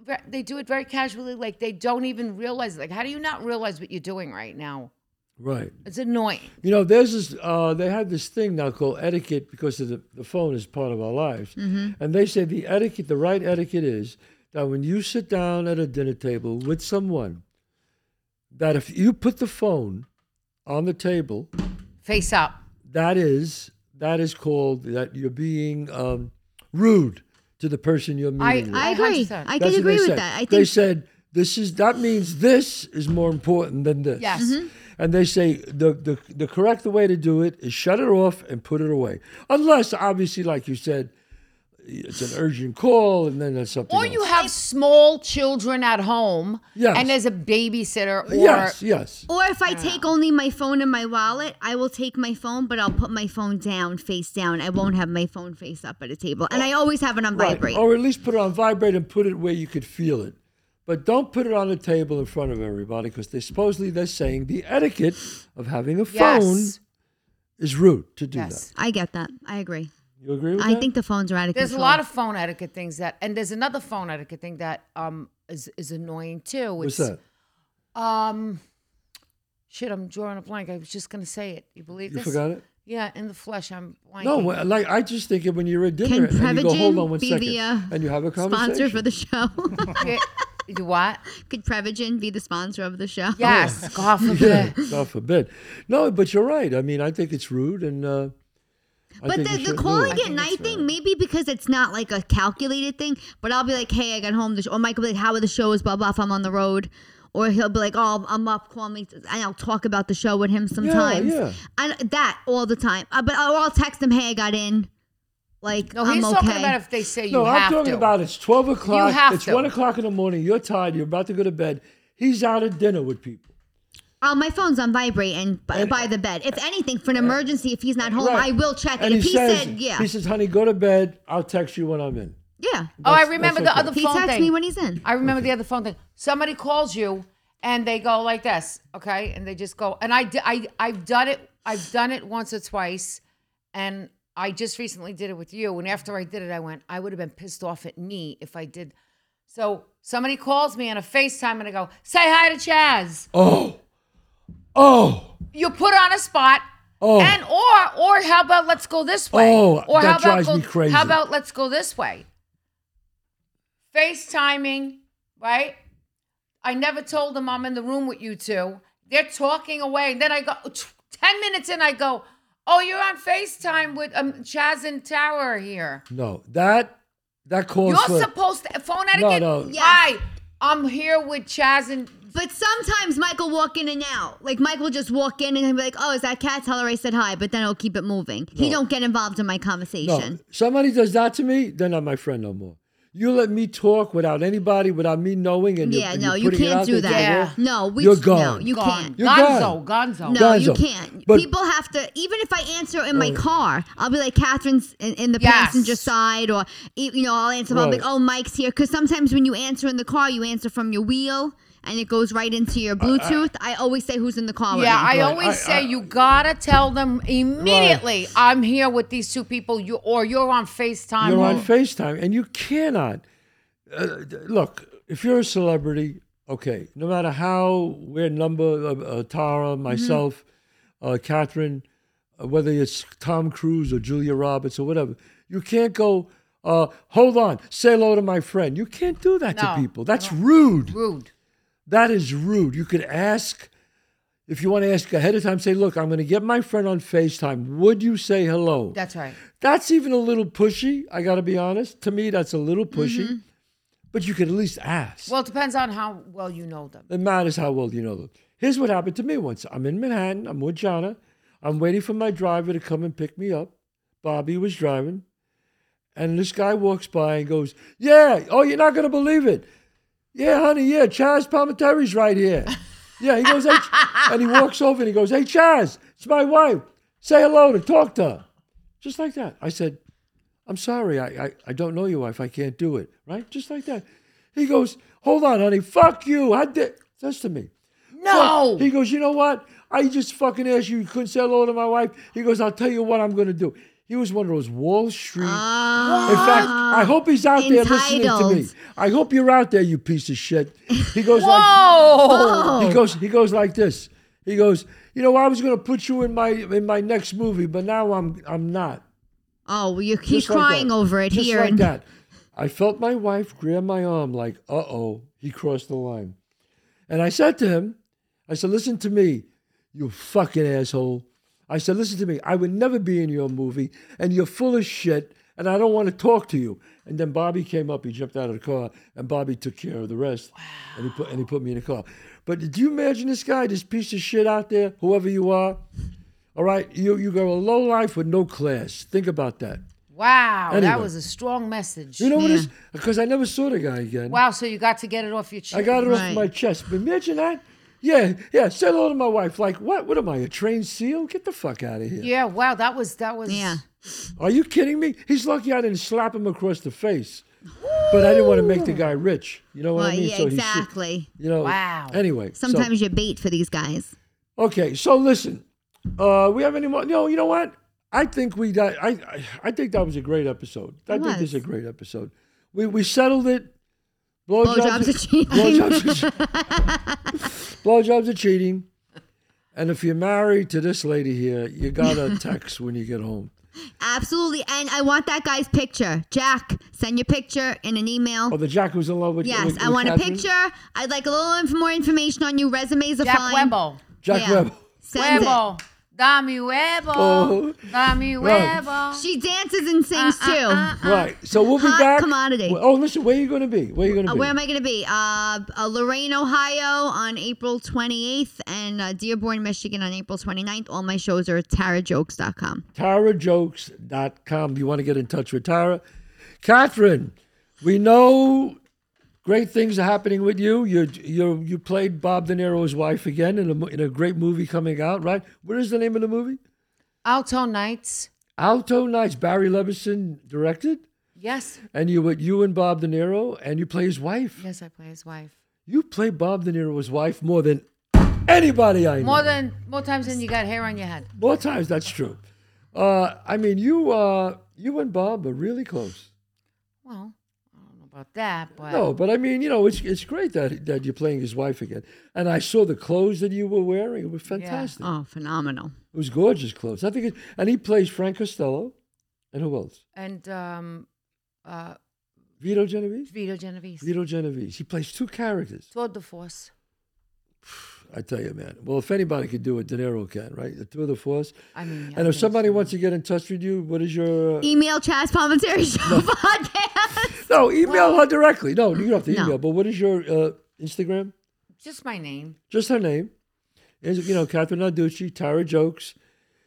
[SPEAKER 3] ve- They do it very casually, like they don't even realize. Like, how do you not realize what you're doing right now?
[SPEAKER 1] Right.
[SPEAKER 3] It's annoying.
[SPEAKER 1] You know, there's this. Uh, they have this thing now called etiquette because of the, the phone is part of our lives,
[SPEAKER 3] Mm-hmm.
[SPEAKER 1] and they say the etiquette, the right etiquette is that when you sit down at a dinner table with someone, that if you put the phone on the table,
[SPEAKER 3] Face up.
[SPEAKER 1] that is that is called that you're being um, rude to the person you're meeting.
[SPEAKER 3] I-
[SPEAKER 1] with.
[SPEAKER 2] I agree.
[SPEAKER 3] 100%.
[SPEAKER 2] I
[SPEAKER 1] That's
[SPEAKER 2] can
[SPEAKER 1] what
[SPEAKER 2] agree
[SPEAKER 1] they
[SPEAKER 2] with
[SPEAKER 1] said.
[SPEAKER 2] that. I
[SPEAKER 1] they
[SPEAKER 2] think
[SPEAKER 1] said this is that means this is more important than this.
[SPEAKER 3] Yes.
[SPEAKER 2] Mm-hmm.
[SPEAKER 3] Mhm.
[SPEAKER 1] And they say the, the the correct way to do it is shut it off and put it away, unless obviously, like you said, it's an urgent call, and then that's something.
[SPEAKER 3] Or
[SPEAKER 1] else.
[SPEAKER 3] you have small children at home,
[SPEAKER 1] Yes.
[SPEAKER 3] and there's a babysitter, or
[SPEAKER 1] yes, yes,
[SPEAKER 2] Or if I take only my phone and my wallet, I will take my phone, but I'll put my phone down, face down. I won't have my phone face up at a table. And I always have it on
[SPEAKER 1] Oh. right. Oh.
[SPEAKER 2] vibrate.
[SPEAKER 1] Or at least put it on vibrate and put it where you could feel it, but don't put it on the table in front of everybody because they supposedly they're saying the etiquette of having a phone
[SPEAKER 3] yes,
[SPEAKER 1] is rude to do
[SPEAKER 3] yes.
[SPEAKER 2] I get that. I agree.
[SPEAKER 1] that. You agree with
[SPEAKER 2] I
[SPEAKER 1] that?
[SPEAKER 2] think the phones are out of
[SPEAKER 3] There's
[SPEAKER 2] control.
[SPEAKER 3] a lot of phone etiquette things that, and there's another phone etiquette thing that um is is annoying too.
[SPEAKER 1] What's
[SPEAKER 3] It's-
[SPEAKER 1] that?
[SPEAKER 3] Um, shit, I'm drawing a blank. I was just gonna say it. You believe
[SPEAKER 1] You
[SPEAKER 3] this?
[SPEAKER 1] forgot it.
[SPEAKER 3] Yeah, in the flesh, I'm blanking.
[SPEAKER 1] No, well, like I just think of when you're at dinner
[SPEAKER 2] Can
[SPEAKER 1] and you go, hold
[SPEAKER 2] Prevagen
[SPEAKER 1] on one
[SPEAKER 2] be
[SPEAKER 1] second,
[SPEAKER 2] the, uh,
[SPEAKER 1] and you have a conversation.
[SPEAKER 2] Sponsor for the show.
[SPEAKER 3] Yeah, you what?
[SPEAKER 2] Could Prevagen be the sponsor of the show?
[SPEAKER 3] Yes, God
[SPEAKER 1] yeah,
[SPEAKER 3] forbid.
[SPEAKER 1] God forbid. No, but you're right. I mean, I think it's rude, and uh, I
[SPEAKER 2] But
[SPEAKER 1] think you
[SPEAKER 2] the, the
[SPEAKER 1] shouldn't do
[SPEAKER 2] calling
[SPEAKER 1] it.
[SPEAKER 2] at night thing, maybe because it's not like a calculated thing, but I'll be like, hey, I got home. The show. Or Mike will be like, how are the shows? Blah, blah, if I'm on the road. Or he'll be like, oh, I'm up, call me. And I'll talk about the show with him sometimes.
[SPEAKER 1] yeah.
[SPEAKER 2] I, that all the time. Uh, but I'll, I'll text him, hey, I got in. Like,
[SPEAKER 3] No,
[SPEAKER 2] I'm
[SPEAKER 3] he's
[SPEAKER 2] okay.
[SPEAKER 3] talking about if they say you
[SPEAKER 1] No, I'm
[SPEAKER 3] have
[SPEAKER 1] talking
[SPEAKER 3] to.
[SPEAKER 1] about it's twelve o'clock.
[SPEAKER 3] have
[SPEAKER 1] it's
[SPEAKER 3] to.
[SPEAKER 1] one o'clock in the morning. You're tired. You're about to go to bed. He's out at dinner with people.
[SPEAKER 2] Oh, my phone's on vibrate and by, by the bed. If anything, for an emergency, if he's not home,
[SPEAKER 1] Right.
[SPEAKER 2] Oh, I will check
[SPEAKER 1] And
[SPEAKER 2] it. If
[SPEAKER 1] he,
[SPEAKER 2] he
[SPEAKER 1] says,
[SPEAKER 2] said, yeah.
[SPEAKER 1] he says, honey, go to bed. I'll text you when I'm in.
[SPEAKER 2] yeah.
[SPEAKER 3] oh, I
[SPEAKER 1] That's-
[SPEAKER 3] remember
[SPEAKER 1] that's
[SPEAKER 3] the
[SPEAKER 1] okay.
[SPEAKER 3] other
[SPEAKER 2] He
[SPEAKER 3] phone
[SPEAKER 2] texts
[SPEAKER 3] thing.
[SPEAKER 2] me when he's in.
[SPEAKER 3] I remember the other phone thing. Somebody calls you and they go like this, okay, and they just go. And I, d- I, I've done it. I've done it once or twice, and I just recently did it with you. And after I did it, I went, I would have been pissed off at me if I did. So somebody calls me on a FaceTime and I go, say hi to Chaz.
[SPEAKER 1] Oh, oh,
[SPEAKER 3] You put on a spot.
[SPEAKER 1] Oh.
[SPEAKER 3] And or or how about let's go this way?
[SPEAKER 1] Oh,
[SPEAKER 3] or
[SPEAKER 1] that drives
[SPEAKER 3] go,
[SPEAKER 1] me crazy.
[SPEAKER 3] How about let's go this way? FaceTiming, right? I never told them I'm in the room with you two. They're talking away. And then I go, 10 minutes in, I go, oh, you're on FaceTime with um, Chaz and Tower here.
[SPEAKER 1] no, that that calls
[SPEAKER 3] You're
[SPEAKER 1] for.
[SPEAKER 3] supposed to, phone etiquette?
[SPEAKER 1] no.
[SPEAKER 2] Yes.
[SPEAKER 3] Hi, I'm here with Chaz and,
[SPEAKER 2] But sometimes Michael walk in and out. Like Mike will just walk in and he'll be like, "Oh, is that cat? Tell her I said hi." But then he'll keep it moving. He
[SPEAKER 1] No.
[SPEAKER 2] don't get involved in my
[SPEAKER 1] No,
[SPEAKER 2] conversation.
[SPEAKER 1] somebody does that to me, they're not my friend no more. You let me talk without anybody, without me knowing, and
[SPEAKER 2] yeah,
[SPEAKER 1] you're, and
[SPEAKER 2] no,
[SPEAKER 1] you're
[SPEAKER 2] you
[SPEAKER 1] putting it
[SPEAKER 2] can't
[SPEAKER 1] out
[SPEAKER 2] do
[SPEAKER 1] there to the
[SPEAKER 2] that.
[SPEAKER 1] world.
[SPEAKER 2] No, we
[SPEAKER 1] You're
[SPEAKER 2] no,
[SPEAKER 1] gone.
[SPEAKER 2] you
[SPEAKER 3] Gone.
[SPEAKER 2] can't.
[SPEAKER 1] You're
[SPEAKER 3] Gonzo, Gonzo.
[SPEAKER 2] No, you
[SPEAKER 1] Gonzo.
[SPEAKER 2] can't.
[SPEAKER 1] But- Oh.
[SPEAKER 2] People have to. Even if I answer in my car, I'll be like Catherine's in, in the
[SPEAKER 3] Yes.
[SPEAKER 2] passenger side, or y- you know, I'll answer. I'll be like,
[SPEAKER 1] Right.
[SPEAKER 2] "Oh, Mike's here." Because sometimes when you answer in the car, you answer from your wheel, and it goes right into your
[SPEAKER 1] Uh,
[SPEAKER 2] Bluetooth. I, always say who's in the car. with
[SPEAKER 3] Yeah,
[SPEAKER 2] me.
[SPEAKER 3] I
[SPEAKER 1] Right.
[SPEAKER 3] always
[SPEAKER 1] I-
[SPEAKER 3] say
[SPEAKER 1] I-
[SPEAKER 3] you gotta tell them immediately. I'm here with these two people. You or you're on Facetime.
[SPEAKER 1] You're
[SPEAKER 3] or-
[SPEAKER 1] on FaceTime, and you cannot. Uh, d- look, if you're a celebrity, okay, no matter how weird number, uh, uh, Tara,
[SPEAKER 2] Mm-hmm.
[SPEAKER 1] myself, uh, Catherine, uh, whether it's Tom Cruise or Julia Roberts or whatever, you can't go. Uh, hold on, say hello to my friend. You can't do that
[SPEAKER 3] No,
[SPEAKER 1] to people. That's rude.
[SPEAKER 3] rude.
[SPEAKER 1] That is rude. You could ask if you want to ask ahead of time. Say, look, I'm going to get my friend on Facetime. Would you say hello?
[SPEAKER 3] That's right.
[SPEAKER 1] That's even a little pushy. I got to be honest. To me, that's a little pushy. But you could at least ask.
[SPEAKER 3] Well, it depends on how well you know them.
[SPEAKER 1] It matters how well you know them. Here's what happened to me once. I'm in Manhattan. I'm with Jana. I'm waiting for my driver to come and pick me up. Bobby was driving. And this guy walks by and goes, Yeah, oh, you're not going to believe it. Yeah, honey, yeah, Chaz Palmateri's right here. Yeah, he goes, hey, Ch-" and he walks over and he goes, Hey, Chaz, it's my wife. Say hello to talk to her. Just like that. I said, I'm sorry, I, I, I don't know your wife. I can't do it. Right? Just like that. He goes, Hold on, honey. Fuck you. I did. Says to me.
[SPEAKER 3] No.
[SPEAKER 1] Fuck- He goes, you know what? I just fucking asked you. You couldn't say hello to my wife. He goes, I'll tell you what I'm gonna do. He was one of those Wall Street.
[SPEAKER 3] Ah.
[SPEAKER 1] In fact, I hope he's out there listening
[SPEAKER 2] Entitled.
[SPEAKER 1] to me. I hope you're out there, you piece of shit. He goes like
[SPEAKER 3] Whoa.
[SPEAKER 1] he goes he goes like this. He goes, you know, I was gonna put you in my in my next movie, but now I'm I'm not.
[SPEAKER 2] Oh, well, you he's
[SPEAKER 1] Just like
[SPEAKER 2] crying
[SPEAKER 1] that.
[SPEAKER 2] over it
[SPEAKER 1] Just
[SPEAKER 2] here.
[SPEAKER 1] like
[SPEAKER 2] and
[SPEAKER 1] that. I felt my wife grab my arm, like, uh oh, he crossed the line. And I said to him, I said, listen to me, you fucking asshole. I said, listen to me, I would never be in your movie, and you're full of shit, and I don't want to talk to you. And then Bobby came up, he jumped out of the car, and Bobby took care of the rest. And he put and he put me in the car. But do you imagine this guy, this piece of shit out there, whoever you are? All right, you you go a low life with no class. Think about that.
[SPEAKER 3] Wow. That
[SPEAKER 1] Anyway.
[SPEAKER 3] was a strong message.
[SPEAKER 1] You know what is? Because I never saw the guy again.
[SPEAKER 3] wow. So you got to get it off your chest.
[SPEAKER 1] I got it off
[SPEAKER 2] Right.
[SPEAKER 1] my chest. But imagine that. Yeah, yeah. Say hello to my wife. Like, what? What am I? A trained seal? Get the fuck out of here.
[SPEAKER 3] Yeah. Wow. That was that was.
[SPEAKER 2] Yeah.
[SPEAKER 1] Are you kidding me? He's lucky I didn't slap him across the face. But I didn't want to make the guy rich. You know what
[SPEAKER 2] Well,
[SPEAKER 1] I mean?
[SPEAKER 2] yeah,
[SPEAKER 1] So he's-
[SPEAKER 2] exactly.
[SPEAKER 1] You know.
[SPEAKER 3] Wow.
[SPEAKER 1] Anyway. so-
[SPEAKER 2] Sometimes you bait for these guys.
[SPEAKER 1] Okay, so listen, uh, we have any more? No, you know what? I think we got. I I- I think that was a great episode. I
[SPEAKER 2] It
[SPEAKER 1] think this is a
[SPEAKER 2] was.
[SPEAKER 1] great episode. We we settled it.
[SPEAKER 2] Blowjobs are cheating.
[SPEAKER 1] Blowjobs are, che- blowjobs are cheating. And if you're married to this lady here, you gotta text when you get home.
[SPEAKER 2] Absolutely. And I want that guy's picture. Jack, send your picture in an email.
[SPEAKER 1] Oh, the Jack who's in love with
[SPEAKER 2] yes,
[SPEAKER 1] with-
[SPEAKER 2] I
[SPEAKER 1] with
[SPEAKER 2] want a
[SPEAKER 1] Catherine?
[SPEAKER 2] picture. I'd like a little inf- more information on you. Resumes are
[SPEAKER 3] Jack
[SPEAKER 2] fine.
[SPEAKER 3] Webo.
[SPEAKER 1] Jack
[SPEAKER 2] Yeah.
[SPEAKER 1] Webb.
[SPEAKER 2] Send it.
[SPEAKER 3] Webo. Dami Webo.
[SPEAKER 1] Oh.
[SPEAKER 3] Dami Webo.
[SPEAKER 2] She dances and sings too.
[SPEAKER 1] Oh. Right. So we'll be
[SPEAKER 2] Hot
[SPEAKER 1] back.
[SPEAKER 2] commodity.
[SPEAKER 1] Oh, listen, where are you gonna be? Where are you gonna
[SPEAKER 2] Uh,
[SPEAKER 1] be?
[SPEAKER 2] where am I going to be? Uh, uh, Lorraine, Ohio on April 28th and uh, Dearborn, Michigan on April 29th. All my shows are at tarajokes.com.
[SPEAKER 1] TaraJokes.com. You want to get in touch with Tara? Catherine, we know great things are happening with you. You you you played Bob De Niro's wife again in a, mo- in a great movie coming out, right? What is the name of the movie?
[SPEAKER 3] Alto Nights.
[SPEAKER 1] Alto Nights. Barry Levinson directed,
[SPEAKER 3] Yes.
[SPEAKER 1] and you with you and Bob De Niro, and you play his wife.
[SPEAKER 3] Yes, I play his wife.
[SPEAKER 1] You play Bob De Niro's wife more than anybody I know.
[SPEAKER 3] More than more times than you got hair on your head.
[SPEAKER 1] more times. That's true. Uh, I mean, you uh, you and Bob are really close.
[SPEAKER 3] Well, I don't know about that, but
[SPEAKER 1] No, but I mean, you know, it's it's great that that you're playing his wife again. And I saw the clothes that you were wearing; it was fantastic.
[SPEAKER 2] Oh, phenomenal.
[SPEAKER 1] It was gorgeous clothes. I think, it, and he plays Frank Costello, and who else?
[SPEAKER 3] and um, uh,
[SPEAKER 1] Vito Genovese.
[SPEAKER 3] Vito Genovese.
[SPEAKER 1] Vito Genovese. He plays two characters.
[SPEAKER 3] Tour de force.
[SPEAKER 1] I tell you, man. Well, if anybody could do it, De Niro can, right? The two of the force.
[SPEAKER 3] I mean, yeah,
[SPEAKER 1] and if
[SPEAKER 3] thanks.
[SPEAKER 1] somebody wants to get in touch with you, what is your?
[SPEAKER 2] Email Chaz Palmentary Show podcast.
[SPEAKER 1] no, email her directly. No, you don't have to
[SPEAKER 2] No.
[SPEAKER 1] email. But what is your uh, Instagram?
[SPEAKER 3] just my name.
[SPEAKER 1] just her name. Is you know, Catherine Narducci, Tara Jokes.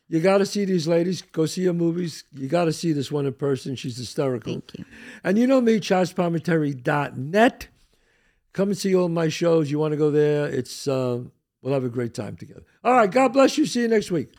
[SPEAKER 1] You got to see these ladies. Go see her movies. You got to see this one in person. She's hysterical.
[SPEAKER 2] Thank you.
[SPEAKER 1] And you know me, ChazPalmentary.net. Come and see all my uh, shows. You want to go there? It's um, we'll have a great time together. All right. God bless you. See you next week.